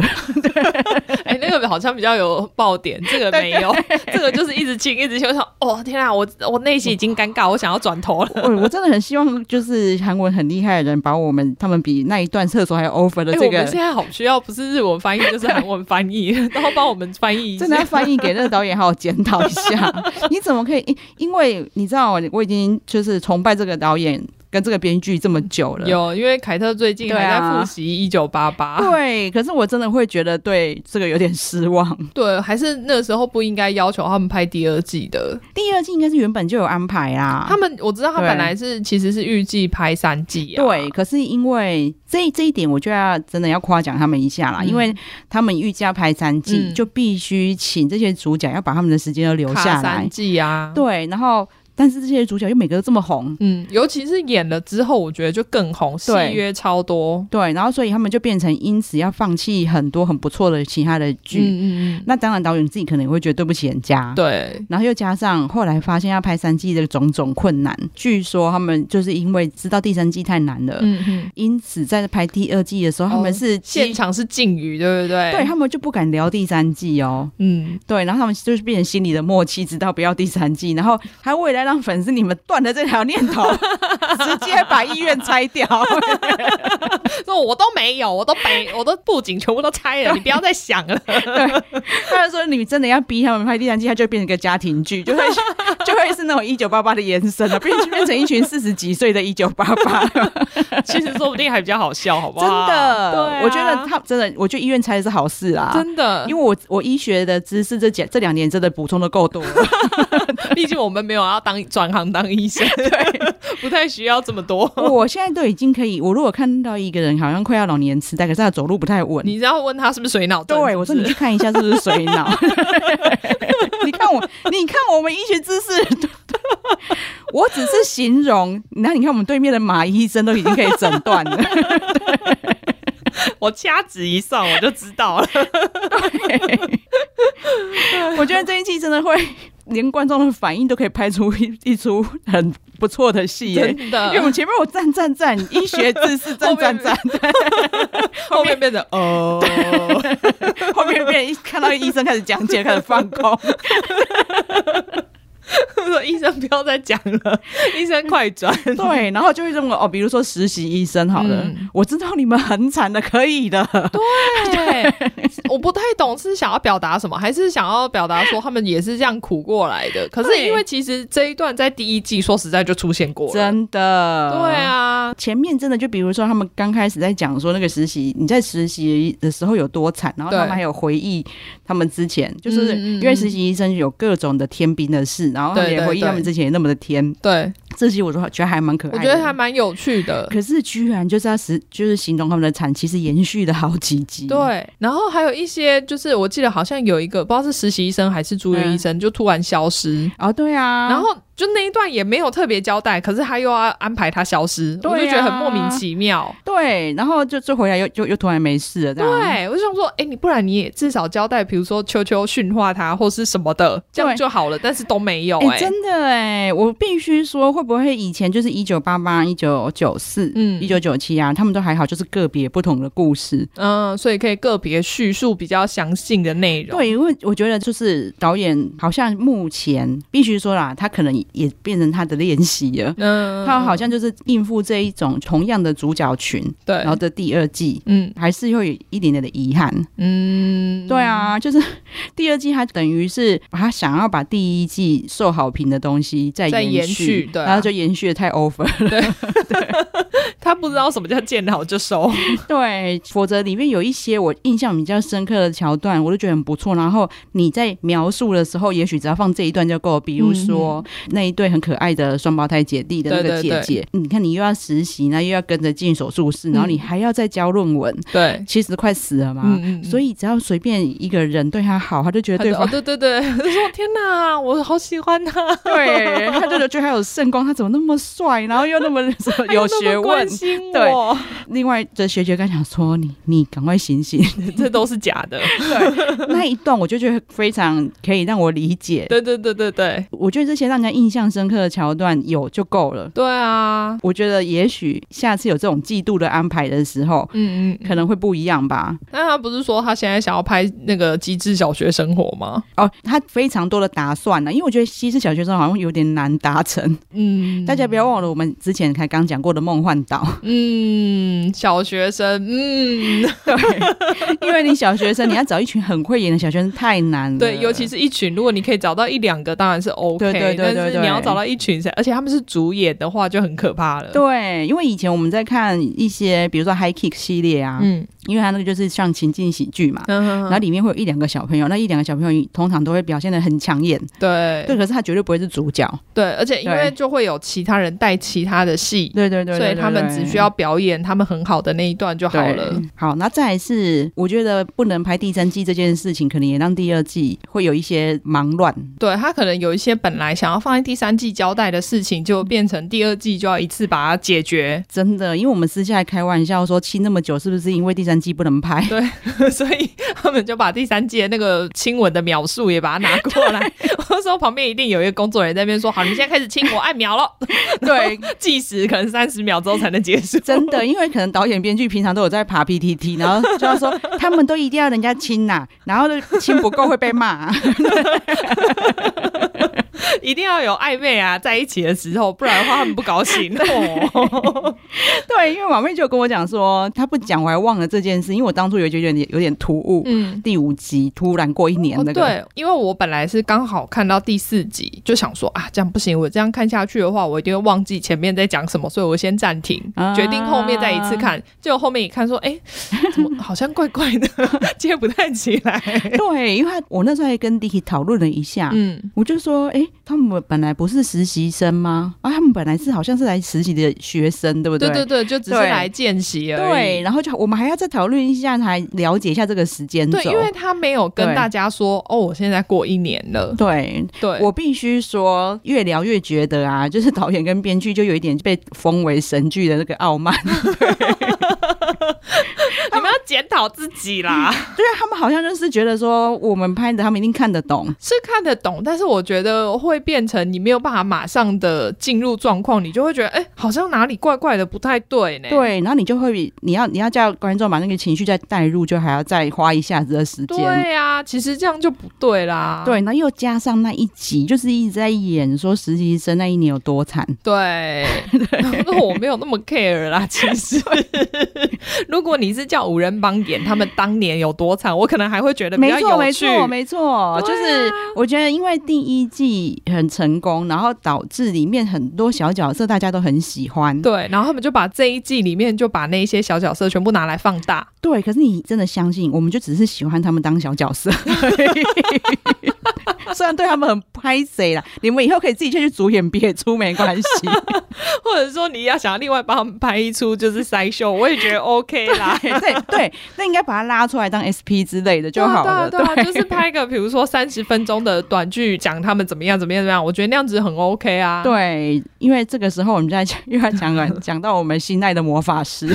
A: 哎、那个好像比较有爆点，这个没有，这个就是一直亲一直亲。我想，哦天啊，我我内心已经尴尬，我想要转头了。
B: 我我真的很希望，就是韩文很厉害的人，把我们他们比那一段厕所还有 offer 的
A: 哎、
B: 这
A: 我
B: 个
A: 们，现在好需要，不是日文翻译就是韩文翻译，然后帮我们翻译一下
B: 真的要翻译给那个导演好好检讨一下。 你怎么可以？因因为你知道，我我已经就是崇拜这个导演跟这个编剧这么久了。
A: 有，因为凯特最近还
B: 对
A: 在
B: 啊
A: 复习《一九八八》，
B: 对，可是我真的会觉得对这个有点失望。
A: 对，还是那时候不应该要求他们拍第二季的。
B: 第二季应该是原本就有安排啊啦，
A: 他们我知道，他
B: 对
A: 本来是其实是预计拍三季、啊，
B: 对，可是因为这这一点，我就要真的要夸奖他们一下啦，
A: 嗯
B: 因为他们预计要拍三季，
A: 嗯
B: 就必须请这些主角要把他们的时间都留
A: 卡
B: 下
A: 三
B: 来。
A: 季啊，，
B: 对，然后但是这些主角又每个都这么红，
A: 嗯，尤其是演了之后，我觉得就更红，戏
B: 对
A: 约超多。
B: 对，然后所以他们就变成因此要放弃很多很不错的其他的剧。
A: 嗯嗯
B: 那当然，导演自己可能也会觉得对不起人家
A: 嗯，。对，
B: 然后又加上后来发现要拍三季的种种困难，据说他们就是因为知道第三季太难了，
A: 嗯嗯，
B: 因此在拍第二季的时候，他
A: 哦
B: 们是基
A: 现场欸是禁语，对不对？
B: 对，他们就不敢聊第三季哦。
A: 嗯，
B: 对，然后他们就是变成心里的默契，知道不要第三季，然后还为了让粉丝你们断了这条念 头，直接把医院拆掉。
A: 那我都没有，我都没，我都布景全部都拆了，你不要再想 了。
B: 他就说你真的要逼他们拍第三季，他就变成一个家庭剧，就会 就会是那种一九八八的延伸了，变变成一群四十几岁的一九八 八。
A: 其实说不定还比较好笑，好不
B: 真
A: 好？
B: 的，
A: 对啊
B: 我觉得他真的，我觉得医院拆是好事啦。
A: 真的，
B: 因为我我医学的知识这几这两年真的补充的够多 了，
A: 毕竟我们没有要当转行当 医生，对， 不太需要这么多。
B: 我现在都已经可以，我如果看到一个人好像快要老年痴呆，可是他走路不太稳，
A: 你只要问他是不是水脑症，
B: 对
A: 是
B: 我
A: 不
B: 说
A: 是
B: 你去看一下是不是水 脑。你看我，你看我们医学知识， 对对我只是形容。那你看我们对面的马医生都已经可以诊断了，
A: 我掐指一算我就知道了。
B: 我觉得这一季真的会连观众的反应都可以拍出一一出很不错的戏耶。 因为我
A: 真的，
B: 们前面我赞赞赞，医学知识赞赞 赞，
A: 后面变得 哦，
B: 后面变一看到医生开始讲解，开始放 空。
A: 说医生不要再讲 了，医生快转。
B: 对，然后就会认为哦，比如说实习医生好了，
A: 嗯
B: 我知道你们很惨的，可以的。
A: 对，我不太懂是想要表达什么，还是想要表达说他们也是这样苦过来的。可是
B: 对
A: 因为其实这一段在第一季说实在就出现过了，
B: 真的，
A: 对。啊，
B: 前面真的就比如说，他们刚开始在讲说那个实习，你在实习的时候有多惨，然后
A: 对
B: 他们还有回忆他们之前，就是
A: 嗯嗯
B: 因
A: 嗯
B: 为实习医生有各种的天兵的事，然后他们
A: 对
B: 也
A: 对
B: 回忆他们
A: 对
B: 之前也那么的天，
A: 对，
B: 这些我都觉得还蛮可爱
A: 我
B: 的。
A: 觉得还蛮有趣的。
B: 可是居然就是要实就是形容他们的惨，其实延续了好几集。
A: 对，然后还有一些，就是我记得好像有一个不知道是实习医生还是住院医生，就突然消失，
B: 啊，对啊，
A: 然后就那一段也没有特别交代，可是他又要安排他消失，我
B: 对
A: 就
B: 啊
A: 觉得很莫名其妙。
B: 对，然后就就回来又又又突然没事了，这
A: 对
B: 样，
A: 我就想说，哎，你不然你也至少交代，比如说秋秋驯化他或是什么的，这样
B: 对
A: 就好了。但是都没有、
B: 哎、
A: 哎、
B: 真的哎、我必须说，会不会以前就是一九八八、一九九四、
A: 嗯
B: 一九九七啊，他们都还好，就是个别不同的故事。
A: 嗯，所以可以个别叙述比较详细的内容。
B: 对，因为我觉得就是导演好像目前必须说啦，他可能也变成他的练习了。
A: 嗯，嗯，
B: 他好
A: 嗯
B: 像就是应付这一种同样的主角群，
A: 对
B: 然，后的第二季
A: 哎嗯
B: 还是会有一点点的遗憾。
A: 嗯，
B: 对啊，就是第二季，他等于是把他想要把第一季受好评的东西再
A: 再
B: 延
A: 延续对啊
B: 然后就延续的太 over 了。
A: 他不知道什么叫见好就 收。
B: 对，否则里面有一些我印象比较深刻的桥段，我都觉得很不错。然后你在描述的时候，也许只要放这一段就够。比如说、那一对很可爱的双胞胎姐弟的那个
A: 嗯对对
B: 姐
A: 对
B: 姐，嗯你看你又要实习，那又要跟着进手术室，然后你还要再交论文，
A: 对，
B: 其实快死了嘛。
A: 嗯
B: 所以只要随便一个人对他好，他就觉得
A: 他
B: 对
A: 就哦
B: 方
A: 对对对，他说天哪，我好喜欢 他，
B: 对，他就觉得他有圣光，他怎么那么帅，然后又 那么有
A: 他又那么
B: 学问
A: 关。心
B: 对
A: 我，
B: 另外的学姐刚想说你，你赶快醒醒。
A: 这都是假的。
B: 那一段我就觉得非常可以让我理解。
A: 对对对对对，
B: 我觉得这些让人家印印象深刻的桥段有就够了。
A: 对啊，
B: 我觉得也许下次有这种季度的安排的时候，
A: 嗯嗯嗯。
B: 可能会不一样吧。
A: 那他不是说他现在想要拍那个《极致小学生活》吗？
B: 哦，他非常多的打算呢，啊因为我觉得西式小学生好像有点难达成。
A: 嗯，
B: 大家不要忘了，我们之前才刚讲过的梦幻岛，
A: 嗯，小学生，嗯，
B: 对，因为你小学生你要找一群很会演的小学生太难了，
A: 对，尤其是一群，如果你可以找到一两个，当然是
B: 对
A: OK，
B: 对对对
A: 但是
B: 对
A: 你要找到一群才，而且他们是主演的话，就很可怕了。，
B: 对，因为以前我们在看一些，比如说 High Kick 系列啊，
A: 嗯，
B: 因为它那个就是像情境喜剧嘛。
A: 然
B: 然后里面会有一两个小朋友，那一两个小朋友通常都会表现的很抢眼，
A: 对
B: 对，可是他绝对不会是主角，
A: 对，而且因为
B: 对
A: 就会有其他人带其他的戏，
B: 对对对
A: 所以他们只需要表演他们很好的那一段就好
B: 对
A: 了。。
B: 好，那再来是，我觉得不能拍第三季这件事情，可能也让第二季会有一些忙乱，，
A: 对他可能有一些本来想要放在第三季交代的事情，就变成第二季就要一次把它解决
B: 真的，因为我们私下还开玩笑说，期那么久是不是因为第三季不能拍？
A: 所以他们就把第三季的那个亲吻的描述也把它拿过来。 我说旁边一定有一个工作人员在那边说：“好，你现在开始亲我，按秒了。
B: 对，”
A: 计时可能三十秒之后才能结束。
B: 真的，因为可能导演、编剧平常都有在爬 PTT，然后就要说 他们都一定要人家亲呐、然后就亲不够会被骂、
A: 一定要有暧昧啊，在一起的时候，不然的话他们不高兴。哦、
B: 对，因为马妹就有跟我讲说，她不讲我还忘了这件事，因为我当初有觉得有点有点突兀。
A: 嗯。
B: 第五集突然过一年那个，
A: 哦、对，因为我本来是刚好看到第四集，就想说啊，这样不行，我这样看下去的话，我一定会忘记前面在讲什么，所以我先暂停，
B: 啊
A: 决定后面再一次看。结果后面一看说，哎、怎么好像怪怪的， 接不太起来。
B: 对，因为她我那时候还跟 Dicky 讨论了一下。
A: 嗯，
B: 我就说，哎、他们本来不是实习生吗？啊，他们本来是好像是来实习的学生，对不
A: 对对对，就只是
B: 对
A: 来见习而
B: 对，
A: 已。
B: 然后就我们还要再讨论一下，才了解一下这个时间轴。
A: 对，因为他没有跟
B: 对
A: 大家说，哦，我现在过一年了。
B: 对
A: 对，
B: 我必须说，越聊越觉得啊，就是导演跟编剧就有一点被封为神剧的那个傲慢，
A: 你们要检讨自己啦。
B: 对啊，他们好像就是觉得说我们拍的，他们一定看得懂。
A: 是看得懂，但是我觉得会变成你没有办法马上的进入状况，你就会觉得，哎、好像哪里怪怪的，不太对呢。
B: 对，然后你就会，你要你要叫观众把那个情绪再带入，就还要再花一下子的时间。
A: 对啊呀、其实这样就不对啦。
B: 对，然后又加上那一集，就是一直在演说实习生那一年有多惨。
A: 对，那我没有那么 care 啦。其实，如果你是叫五人帮演他们当年有多惨，我可能还会觉得比
B: 没
A: 较
B: 错，
A: 有
B: 没
A: 趣。啊
B: 错，没错，就是我觉得，因为第一季很成功，然后导致里面很多小角色大家都很喜欢。
A: 对，然后他们就把这一季里面就把那些小角色全部拿来放 大，
B: 对，可是你真的相信，我们就只是喜欢他们当小角色， 虽然对他们很拍谁啦，你们以后可以自己去主演别出没关系。
A: 或者说你要想要另外帮他们拍一出就是塞秀，我也觉得 OK 啦。
B: 对对，那应该把他拉出来当 SP 之类的 就好了。
A: 对啊，对啊对啊就是拍个比如说三十分钟的短剧，讲他们怎么样怎么样怎么样，我觉得那样子很 OK 啊。
B: 对，因为这个时候我们就在讲，又要讲了讲到我们心爱的魔法师，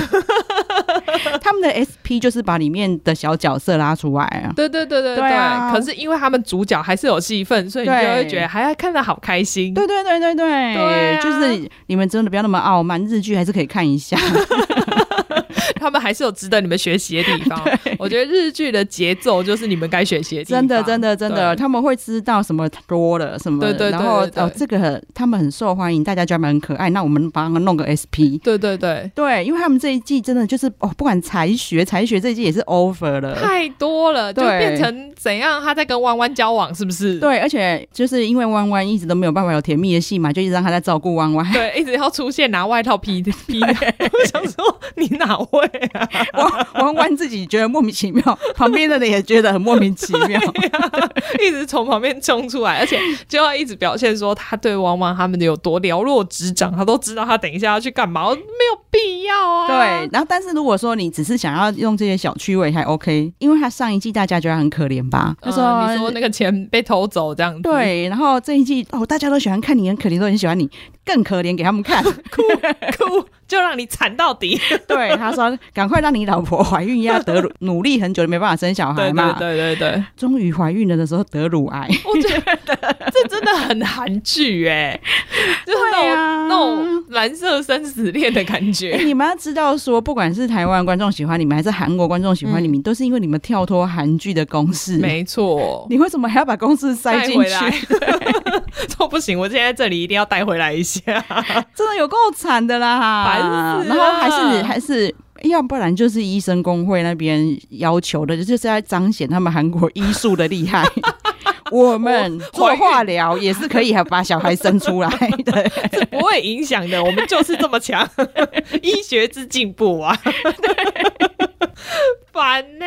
B: 他们的 SP 就是把里面的小角色拉出来啊。
A: 对对对对
B: 对啊
A: 可是因为他们主角还是有戏份，所以你就
B: 对
A: 会觉得还看得好开心。
B: 对对对对对，
A: 对啊
B: 就是你们真的不要那么傲慢，日剧还是可以看一下。
A: 他们还是有值得你们学习的地 方。我觉得日剧的节奏就是你们该学习的地
B: 真
A: 方。
B: 的，真的，真的，
A: 对。
B: 他们会知道什么多了什么，
A: 对对对
B: 然后
A: 对对
B: 哦，这个他们很受欢迎，大家觉得他们很可爱，那我们帮他弄个 SP。
A: 对对对，
B: 对，因为他们这一季真的就是哦，不管才学，才学这一季也是 over 了。
A: 太多了，就
B: 对
A: 变成怎样？他在跟弯弯交往，是不是？
B: 对，而且就是因为弯弯一直都没有办法有甜蜜的戏嘛，就一直让他在照顾弯弯。
A: 对，一直要出现拿外套披披。 我想说，你哪会啊？
B: 弯弯弯自己觉得莫名其妙，旁边的人也觉得很莫名其 妙。
A: 一直从旁边冲出来，而且就要一直表现说他对汪汪他们有多了若指掌，他都知道他等一下要去干嘛，我没有必要啊。
B: 对，，然后但是如果说你只是想要用这些小趣味还 OK，因为他上一季大家觉得很可怜吧，他
A: 他
B: 说、
A: 说、呃你说那个钱被偷走这样子，，
B: 对，然后这一季哦，大家都喜欢看你，很可怜，都很喜欢你，更可怜给他们 看。
A: 哭 就让你惨到底。
B: 对，他说赶快让你老婆怀孕呀，得乳努力很久没办法生小孩
A: 对
B: 嘛，
A: 对对对对，
B: 终于怀孕了的时候得乳癌，
A: 我觉得这真的很韩剧哎，就是那
B: 对
A: 种、
B: 啊
A: 那种蓝色生死恋的感
B: 哎、
A: 觉。
B: 你们要知道说，不管是台湾观众喜欢你们，还是韩国观众喜欢你们，都是因为你们跳脱韩剧的公式。
A: 没错，
B: 你为什么还要把公式塞进
A: 回来
B: 去？，
A: 说不行，我现在这里一定要带回来一下。
B: 真的有够惨的啦！
A: 烦死了
B: 然后还是还是。要不然就是医生工会那边要求的，就是在彰显他们韩国医术的厉 害。我们做化疗也是可以把小孩生出来 的，
A: 这不会影响的，我们就是这 么强，医学之进步 啊，烦 呢、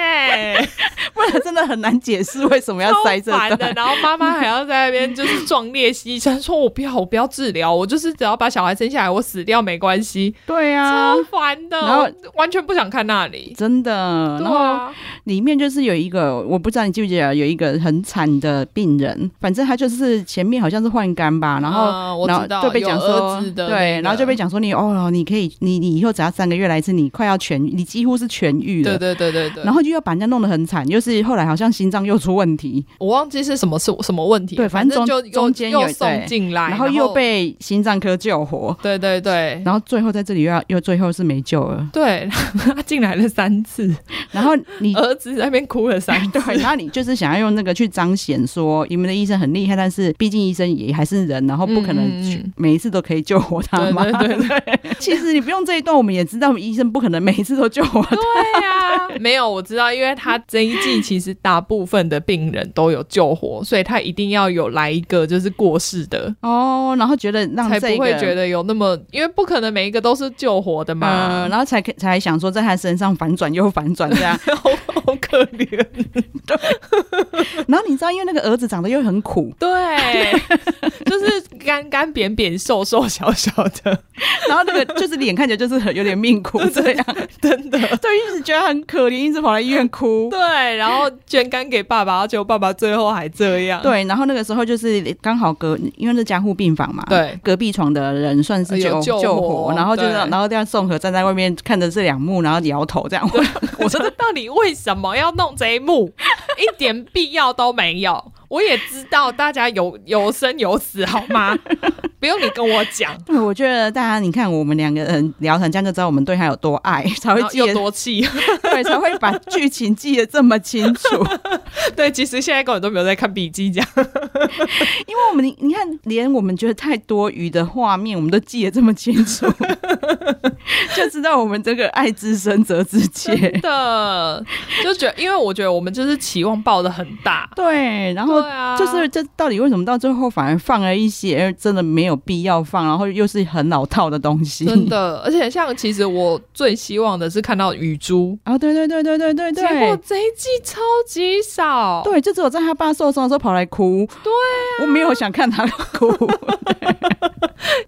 B: 不然真的很难解释为什么要
A: 超
B: 塞这
A: 烦的。
B: 段。
A: 然后妈妈还要在那边就是壮烈牺牲，说我不要，我不要治疗，我就是只要把小孩生下来，我死掉没关系，
B: 对 啊
A: 超，烦的，
B: 然后
A: 我完全不想看那里。
B: 真的。
A: 对
B: 然后
A: 啊，
B: 里面就是有一个，我不知道你记不记得，有一个很惨的病人，反正他就是前面好像是换肝吧，然后、
A: 嗯我
B: 然后
A: 知道
B: 就被讲
A: 有
B: 说
A: 儿子的那
B: 对，
A: 个
B: 然后就被讲说你哦，你可以，你你以后只要三个月来一次，你快要痊愈，你几乎是痊愈了。
A: 对对对对对，
B: 然后就又把人家弄得很惨，又是后来好像心脏又出问题，
A: 我忘记是什么是什么问题，
B: 对
A: 反
B: 反正
A: 就
B: 中中间有
A: 又送
B: 对
A: 进来，
B: 然后又被心脏科救活，
A: 对对对
B: 然后最后在这里又要又最后是没救了。
A: 对， 他进来了三次，
B: 然后你
A: 儿子在那边哭了三次，
B: 对，然后你就是想要用那个去彰显说你们的医生很厉害，但是毕竟医生也还是人，然后不可能去
A: 嗯嗯嗯
B: 每一次都可以救活他嘛。
A: 对对对
B: 其实你不用这一段，我们也知道医生不可能每一次都救 活他。
A: 对呀、没有，我知道，因为他这一季其实大部分的病人都有救活，所以他一定要有来一个就是过世的，
B: 哦，然后觉得让
A: 才
B: 这
A: 不会
B: 个
A: 觉得有那么，因为不可能每一个都是救活的嘛
B: 呃，，然后才可才想说在他身上反转又反转这样。
A: 好好可怜。
B: 然后你知道，因为那个儿子长得又很苦，
A: 对，就是干干扁扁、瘦瘦小小的，
B: 然后那个就是脸看起来就是很有点命苦这样，
A: 真的。
B: 对，一直觉得很可怜，一直跑来医院哭。
A: 对，然后捐肝给爸爸，结果爸爸最后还这样。
B: 对，然后那个时候就是刚好隔，因为是加护病房嘛，
A: 对，
B: 隔壁床的人算是
A: 有
B: 救
A: 救
B: 救
A: 活
B: 活，然后就是
A: 对
B: 然后这样宋和站在外面看着这两幕，然后摇头这样，
A: 我说这到底为什么要弄这一 幕？一点必要都没有。我也知道大家有有生有死，好 吗？不用你跟我讲，
B: 对，嗯我觉得大家你看我们两个人聊成这样，就知道我们对他有多爱，才会
A: 然后
B: 记
A: 又
B: 得，
A: 多气。
B: 对，才会把剧情记得这么清楚。
A: 对，其实现在根本都没有在看笔记，这样。
B: 因为我们你你看，连我们觉得太多余的画面，我们都记得这么清楚， 就知道我们这个爱之深责之
A: 真
B: 切。
A: 的，就觉得，因为我觉得我们就是期望抱的很大，
B: 对，然后
A: 对啊
B: 就是这到底为什么到最后反而放了一些真的没有必要放，然后又是很老套的东西？
A: 真的。而且像其实我最希望的是看到雨珠，
B: 啊、对对对对对对
A: 结果
B: 对。
A: 这一季超级少。
B: 对，就只有在他爸受伤的时候跑来哭。对
A: 啊
B: 我没有想看他 哭。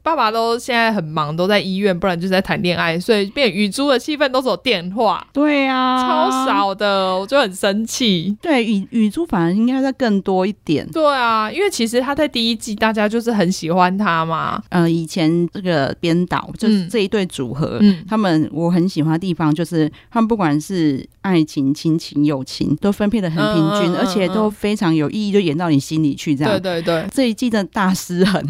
A: 爸爸都现在很忙，都在医院，不然就是在谈恋爱，所以变雨珠的戏份都是有电话。
B: 对呀、
A: 超。少的，我就很生气。
B: 对，雨雨珠反而应该再更多一点。
A: 对啊，因为其实他在第一季大家就是很喜欢他嘛，
B: 呃，以前这个编导就是
A: 嗯
B: 这一对组合，
A: 嗯
B: 他们我很喜欢的地方就是他们不管是爱情、亲情、友情，都分配的很平均，
A: 嗯嗯嗯
B: 而且都非常有意义，就演到你心里去这样。
A: 对对对，
B: 这一季真的大失衡，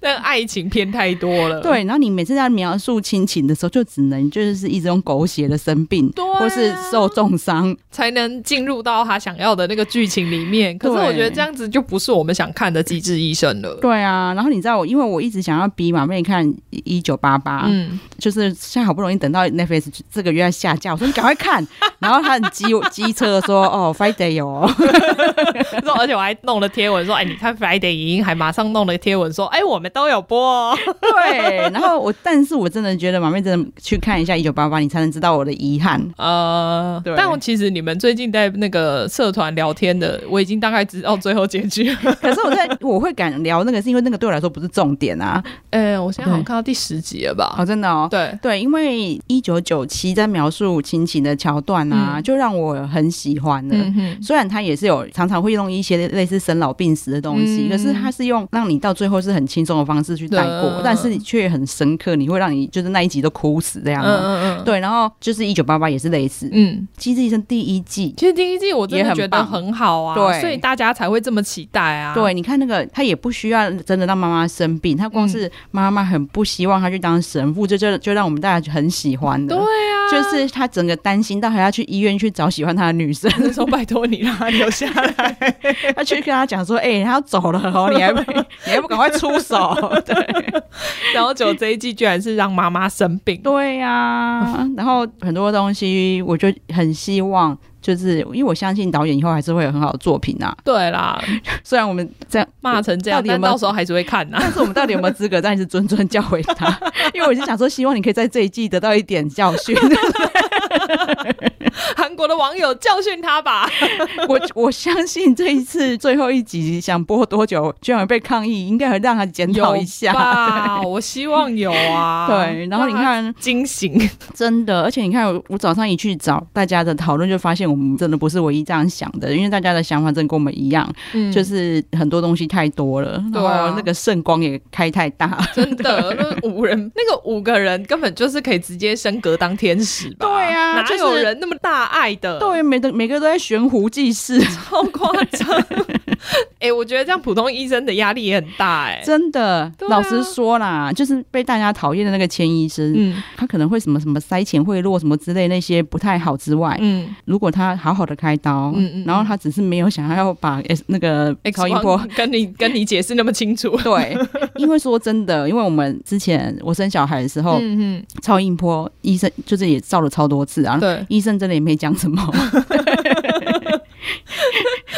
A: 但爱情片太多了。
B: 对。然后你每次在描述亲情的时候，就只能就是一直用狗血的生病，
A: 对啊
B: 或是受重伤，
A: 才能进入到他想要的那个剧情里面。可是
B: 对
A: 我觉得这样子就不是我们想看的《机智医生》了。
B: 对啊。然后你知道我，因为我一直想要逼马妹看《一九八八》，
A: 嗯，
B: 就是现在好不容易等到 Netflix 这个月要下架，我说你赶快 看，然后他很机机车地说哦 Friday 有哦，
A: 然后而且我还弄了贴文说，哎，你看 Friday 影音，还马上弄了贴文说，哎，我们都有播哦。
B: 对， 然后我但是我真的觉得马妹真的去看一下一九八八，你才能知道我的遗憾。
A: 呃，
B: 对
A: 但我其实你们最近在那个社团聊天的，我已经大概知道最后结局 了。
B: 可是我在我会敢聊那个，是因为那个对我来说不是重点啊，
A: 嗯，我现在好像
B: 对
A: 看到第十集了吧？
B: 哦，真的哦。
A: 对，
B: 对，因为一九九七在描述亲情的桥段啊，
A: 嗯
B: 就让我很喜欢的。
A: 嗯哼，
B: 虽然它也是有常常会用一些类似生老病死的东西，
A: 嗯
B: 可是它是用让你到最后是很轻松的方式去带过，
A: 嗯
B: 但是你却很深刻，你会让你就是那一集都哭死这样
A: 嗯
B: 啊、
A: 嗯嗯，
B: 对，然后就是一九八八也是类似，
A: 嗯，
B: 机智医生》第一季。
A: 其实第一季我真
B: 也
A: 的
B: 很
A: 觉得
B: 棒
A: 很好啊，
B: 对
A: 所以大家才会这么期待啊。
B: 对，你看那个，他也不需要真的让妈妈生病，他
A: 嗯
B: 光是妈妈很不希望他去当神父，这就就让我们大家很喜欢的。
A: 对 啊，
B: 就是他整个担心到还要去医院去找喜欢他的女 生，
A: 那时候拜托你让他留下来，
B: 他去跟他讲说：“哎、他要走了哦，你还不 你还不赶快出 手？”对
A: 然后结果这一季居然是让妈妈生 病，
B: 对呀、然后很多东西我就很希望，就是因为我相信导演以后还是会有很好的作品啊。
A: 对啦，
B: 虽然我们这样
A: 骂成这样，
B: 到底有
A: 但
B: 没有
A: 到时候还是会看啊呐、
B: 但是我们到底有没有资格再次谆谆教诲他？ 因为我就想说，希望你可以在这一季得到一点教训。
A: 韩国的网友教训他 吧，
B: 我我相信这一次最后一集想播多久，居然被抗议，应该会让他检讨一
A: 有
B: 下。
A: 吧，我希望有 啊。
B: 对，然后你
A: 让
B: 看
A: 他，惊醒，
B: 真的，而且你看，我我早上一去找大家的讨论，就发现我们真的不是唯一这样想的，因为大家的想法真的跟我们一样，
A: 嗯
B: 就是很多东西太多了，
A: 对啊
B: 然后那个圣光也开太 大。
A: 真的，那五 人那个五个人根本就是可以直接升格当天使吧？
B: 对啊
A: 哪
B: 就是
A: 有人那么大爱的？，
B: 对，每个每个都在悬壶济 世，
A: 超夸 张。哎、我觉得这样普通医生的压力也很大哎、
B: 真的。
A: 对啊
B: 老实说啦，就是被大家讨厌的那个钱医生，
A: 嗯
B: 他可能会什么什么塞钱贿赂什么之类那些不太好之外，
A: 嗯
B: 如果他好好的开刀，
A: 嗯嗯嗯
B: 然后他只是没有想要把 S 那个
A: ，X
B: 超音波
A: 光跟 你跟你解释那么清楚。
B: 对，因为说真的，因为我们之前我生小孩的时候，
A: 嗯嗯，
B: 超音波医生就是也照了超多次啊，
A: 对，
B: 医生真的也没讲什 么，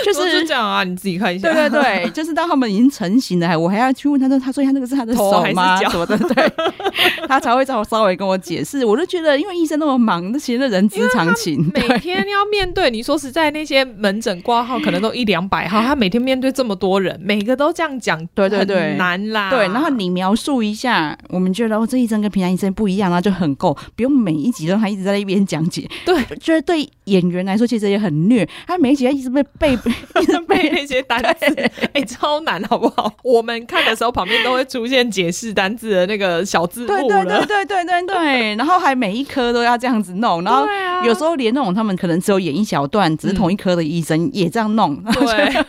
B: 就
A: 我就是这。样啊，你自己看一下。
B: 对对对，就是到他们已经成型了，还我还要去问他说，他说他那个是他的
A: 头
B: 手
A: 还是
B: 吗？
A: 脚
B: 什么 的，对，他才会稍稍微跟我解释。我就觉得，因为医生那么忙，那其实人之常情。对。
A: 每天要面对，你说实在，那些门诊挂号可能都一两百号，他每天面对这么多人，每个都这样讲，
B: 对对对
A: 很难啦。
B: 对，然后你描述一下，我们觉得哦，这医生跟平常医生不一样，那就很够，不用每一集都让他一直在那边讲解。
A: 对，
B: 觉得对演员来说其实也很虐，他每一集要一直被 背，一直
A: 背
B: 背。
A: 那些单 词，哎、超难，好不好？我们看的时候，旁边都会出现解释单字的那个小字幕
B: 对对对对对对对，然后还每一科都要这样子弄，然后
A: 对啊
B: 有时候连那种他们可能只有演一小段，只是同一科的医生也这样弄。
A: 对，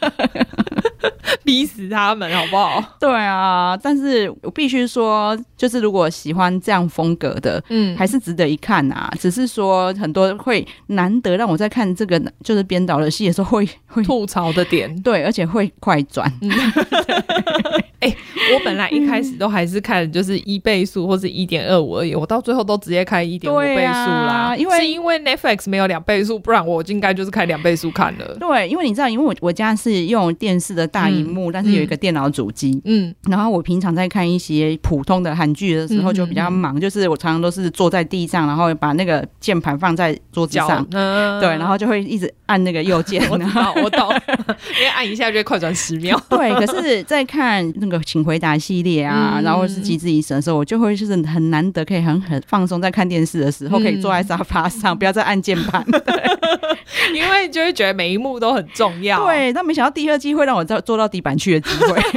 A: 逼死他们，好不好？
B: 对啊，但是我必须说，就是如果喜欢这样风格的，
A: 嗯
B: 还是值得一看啊。只是说很多会难得让我在看这个就是编导的戏的时候会会
A: 吐槽的点，
B: 对，而且会快转。
A: 嗯我本来一开始都还是看就是一倍速或是一点二五而已，我到最后都直接开一点五倍
B: 对
A: 速啦，
B: 啊因为
A: 是因为 Netflix 没有两倍速，不然我应该就是开两倍速看了。
B: 对，因为你知道，因为我我家是用电视的大荧幕，但是有一个电脑主机。
A: 嗯，
B: 然后我平常在看一些普通的韩剧的时候
A: 嗯
B: 就比较忙，就是我常常都是坐在地上，然后把那个键盘放在桌子
A: 脚
B: 上，
A: 嗯
B: 对，然后就会一直按那个右键
A: ，我知
B: 然后
A: 道，我懂，因为按一下就会快转十秒。
B: 对，可是，在看那个《请回答》系列啊，
A: 嗯
B: 然后是《机智医生》的时候，我就会就是很难得可以很很放松，在看电视的时候，
A: 嗯
B: 可以坐在沙发上，不要再按键盘。
A: 因为就会觉得每一幕都很重要。，
B: 对，但没想到第二季会让我再坐到地板去的机会。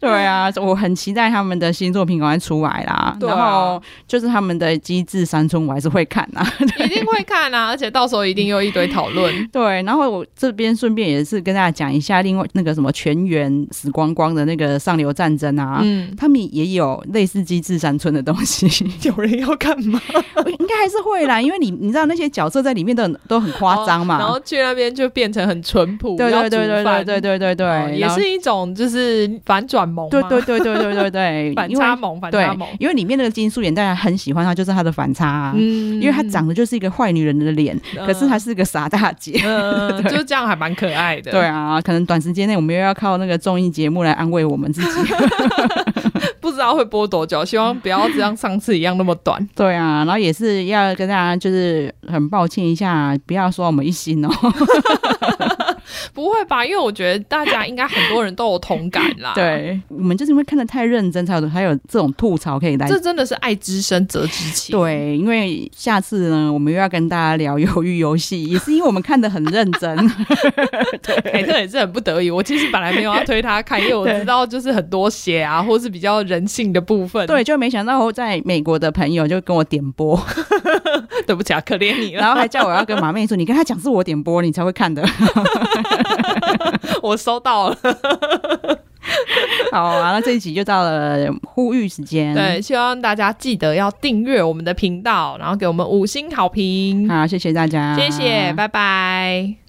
B: 对啊，我很期待他们的新作品赶快出来啦。
A: 对啊
B: 然后就是他们的《机智山村》，我还是会看啊。
A: 一定会看啊，而且到时候一定又一堆讨论。
B: 对，然后我这边顺便也是跟大家讲一下，另外那个什么全员死光光的那个上流战争啊，
A: 嗯，
B: 他们也有类似机智山村的东西，
A: 有人要干嘛？
B: 应该还是会啦，因为你你知道那些角色在里面都很都很夸张啊嘛，
A: 哦然后去那边就变成很淳朴，
B: 对
A: 要
B: 对对
A: 煮
B: 对对
A: 饭
B: 对对对对，
A: 哦也
B: 然后
A: 是一种就是反转萌嘛，
B: 对对对对对对对，
A: 反
B: 因
A: 差
B: 为
A: 萌，反差萌
B: 对，。啊因为里面那个金素妍大家很喜欢她，就是她的反差、啊，
A: 嗯
B: 因为她，长得就是一个坏女人的脸，
A: 嗯
B: 可是她是个傻大姐。
A: 嗯，就这样还蛮可爱的。
B: 对，啊，可能短时间内我们又要靠那个综艺节目来安慰我们自 己。
A: 不知道会播多久，希望不要 像上次一样那么短。
B: 对啊，然后也是要跟大家就是很抱歉一下，不要说我们一心哦。，
A: 不会吧？因为我觉得大家应该很多人都有同感啦。
B: 对，我们就是因为看得太认真，才有还有这种吐槽可以来。
A: 这真的是爱之深责之切。
B: 对，因为下次呢，我们又要跟大家聊鱿鱼游戏，也是因为我们看得很认真。
A: 凯特也是很不得已。我其实本来没有要推他看，因为我知道就是很多血啊，或是比较人性的部分。
B: 对，，就没想到在美国的朋友就跟我点播，
A: 对不起啊，可怜你
B: 然
A: 了。
B: 后还叫我要跟马妹说，你跟他讲是我点播，你才会看的。
A: 我收到了。
B: 好啊，那这一集就到了呼吁时间。
A: 对，希望大家记得要订阅我们的频道，然后给我们五星好评。
B: 好，谢谢大家，
A: 谢谢，拜拜。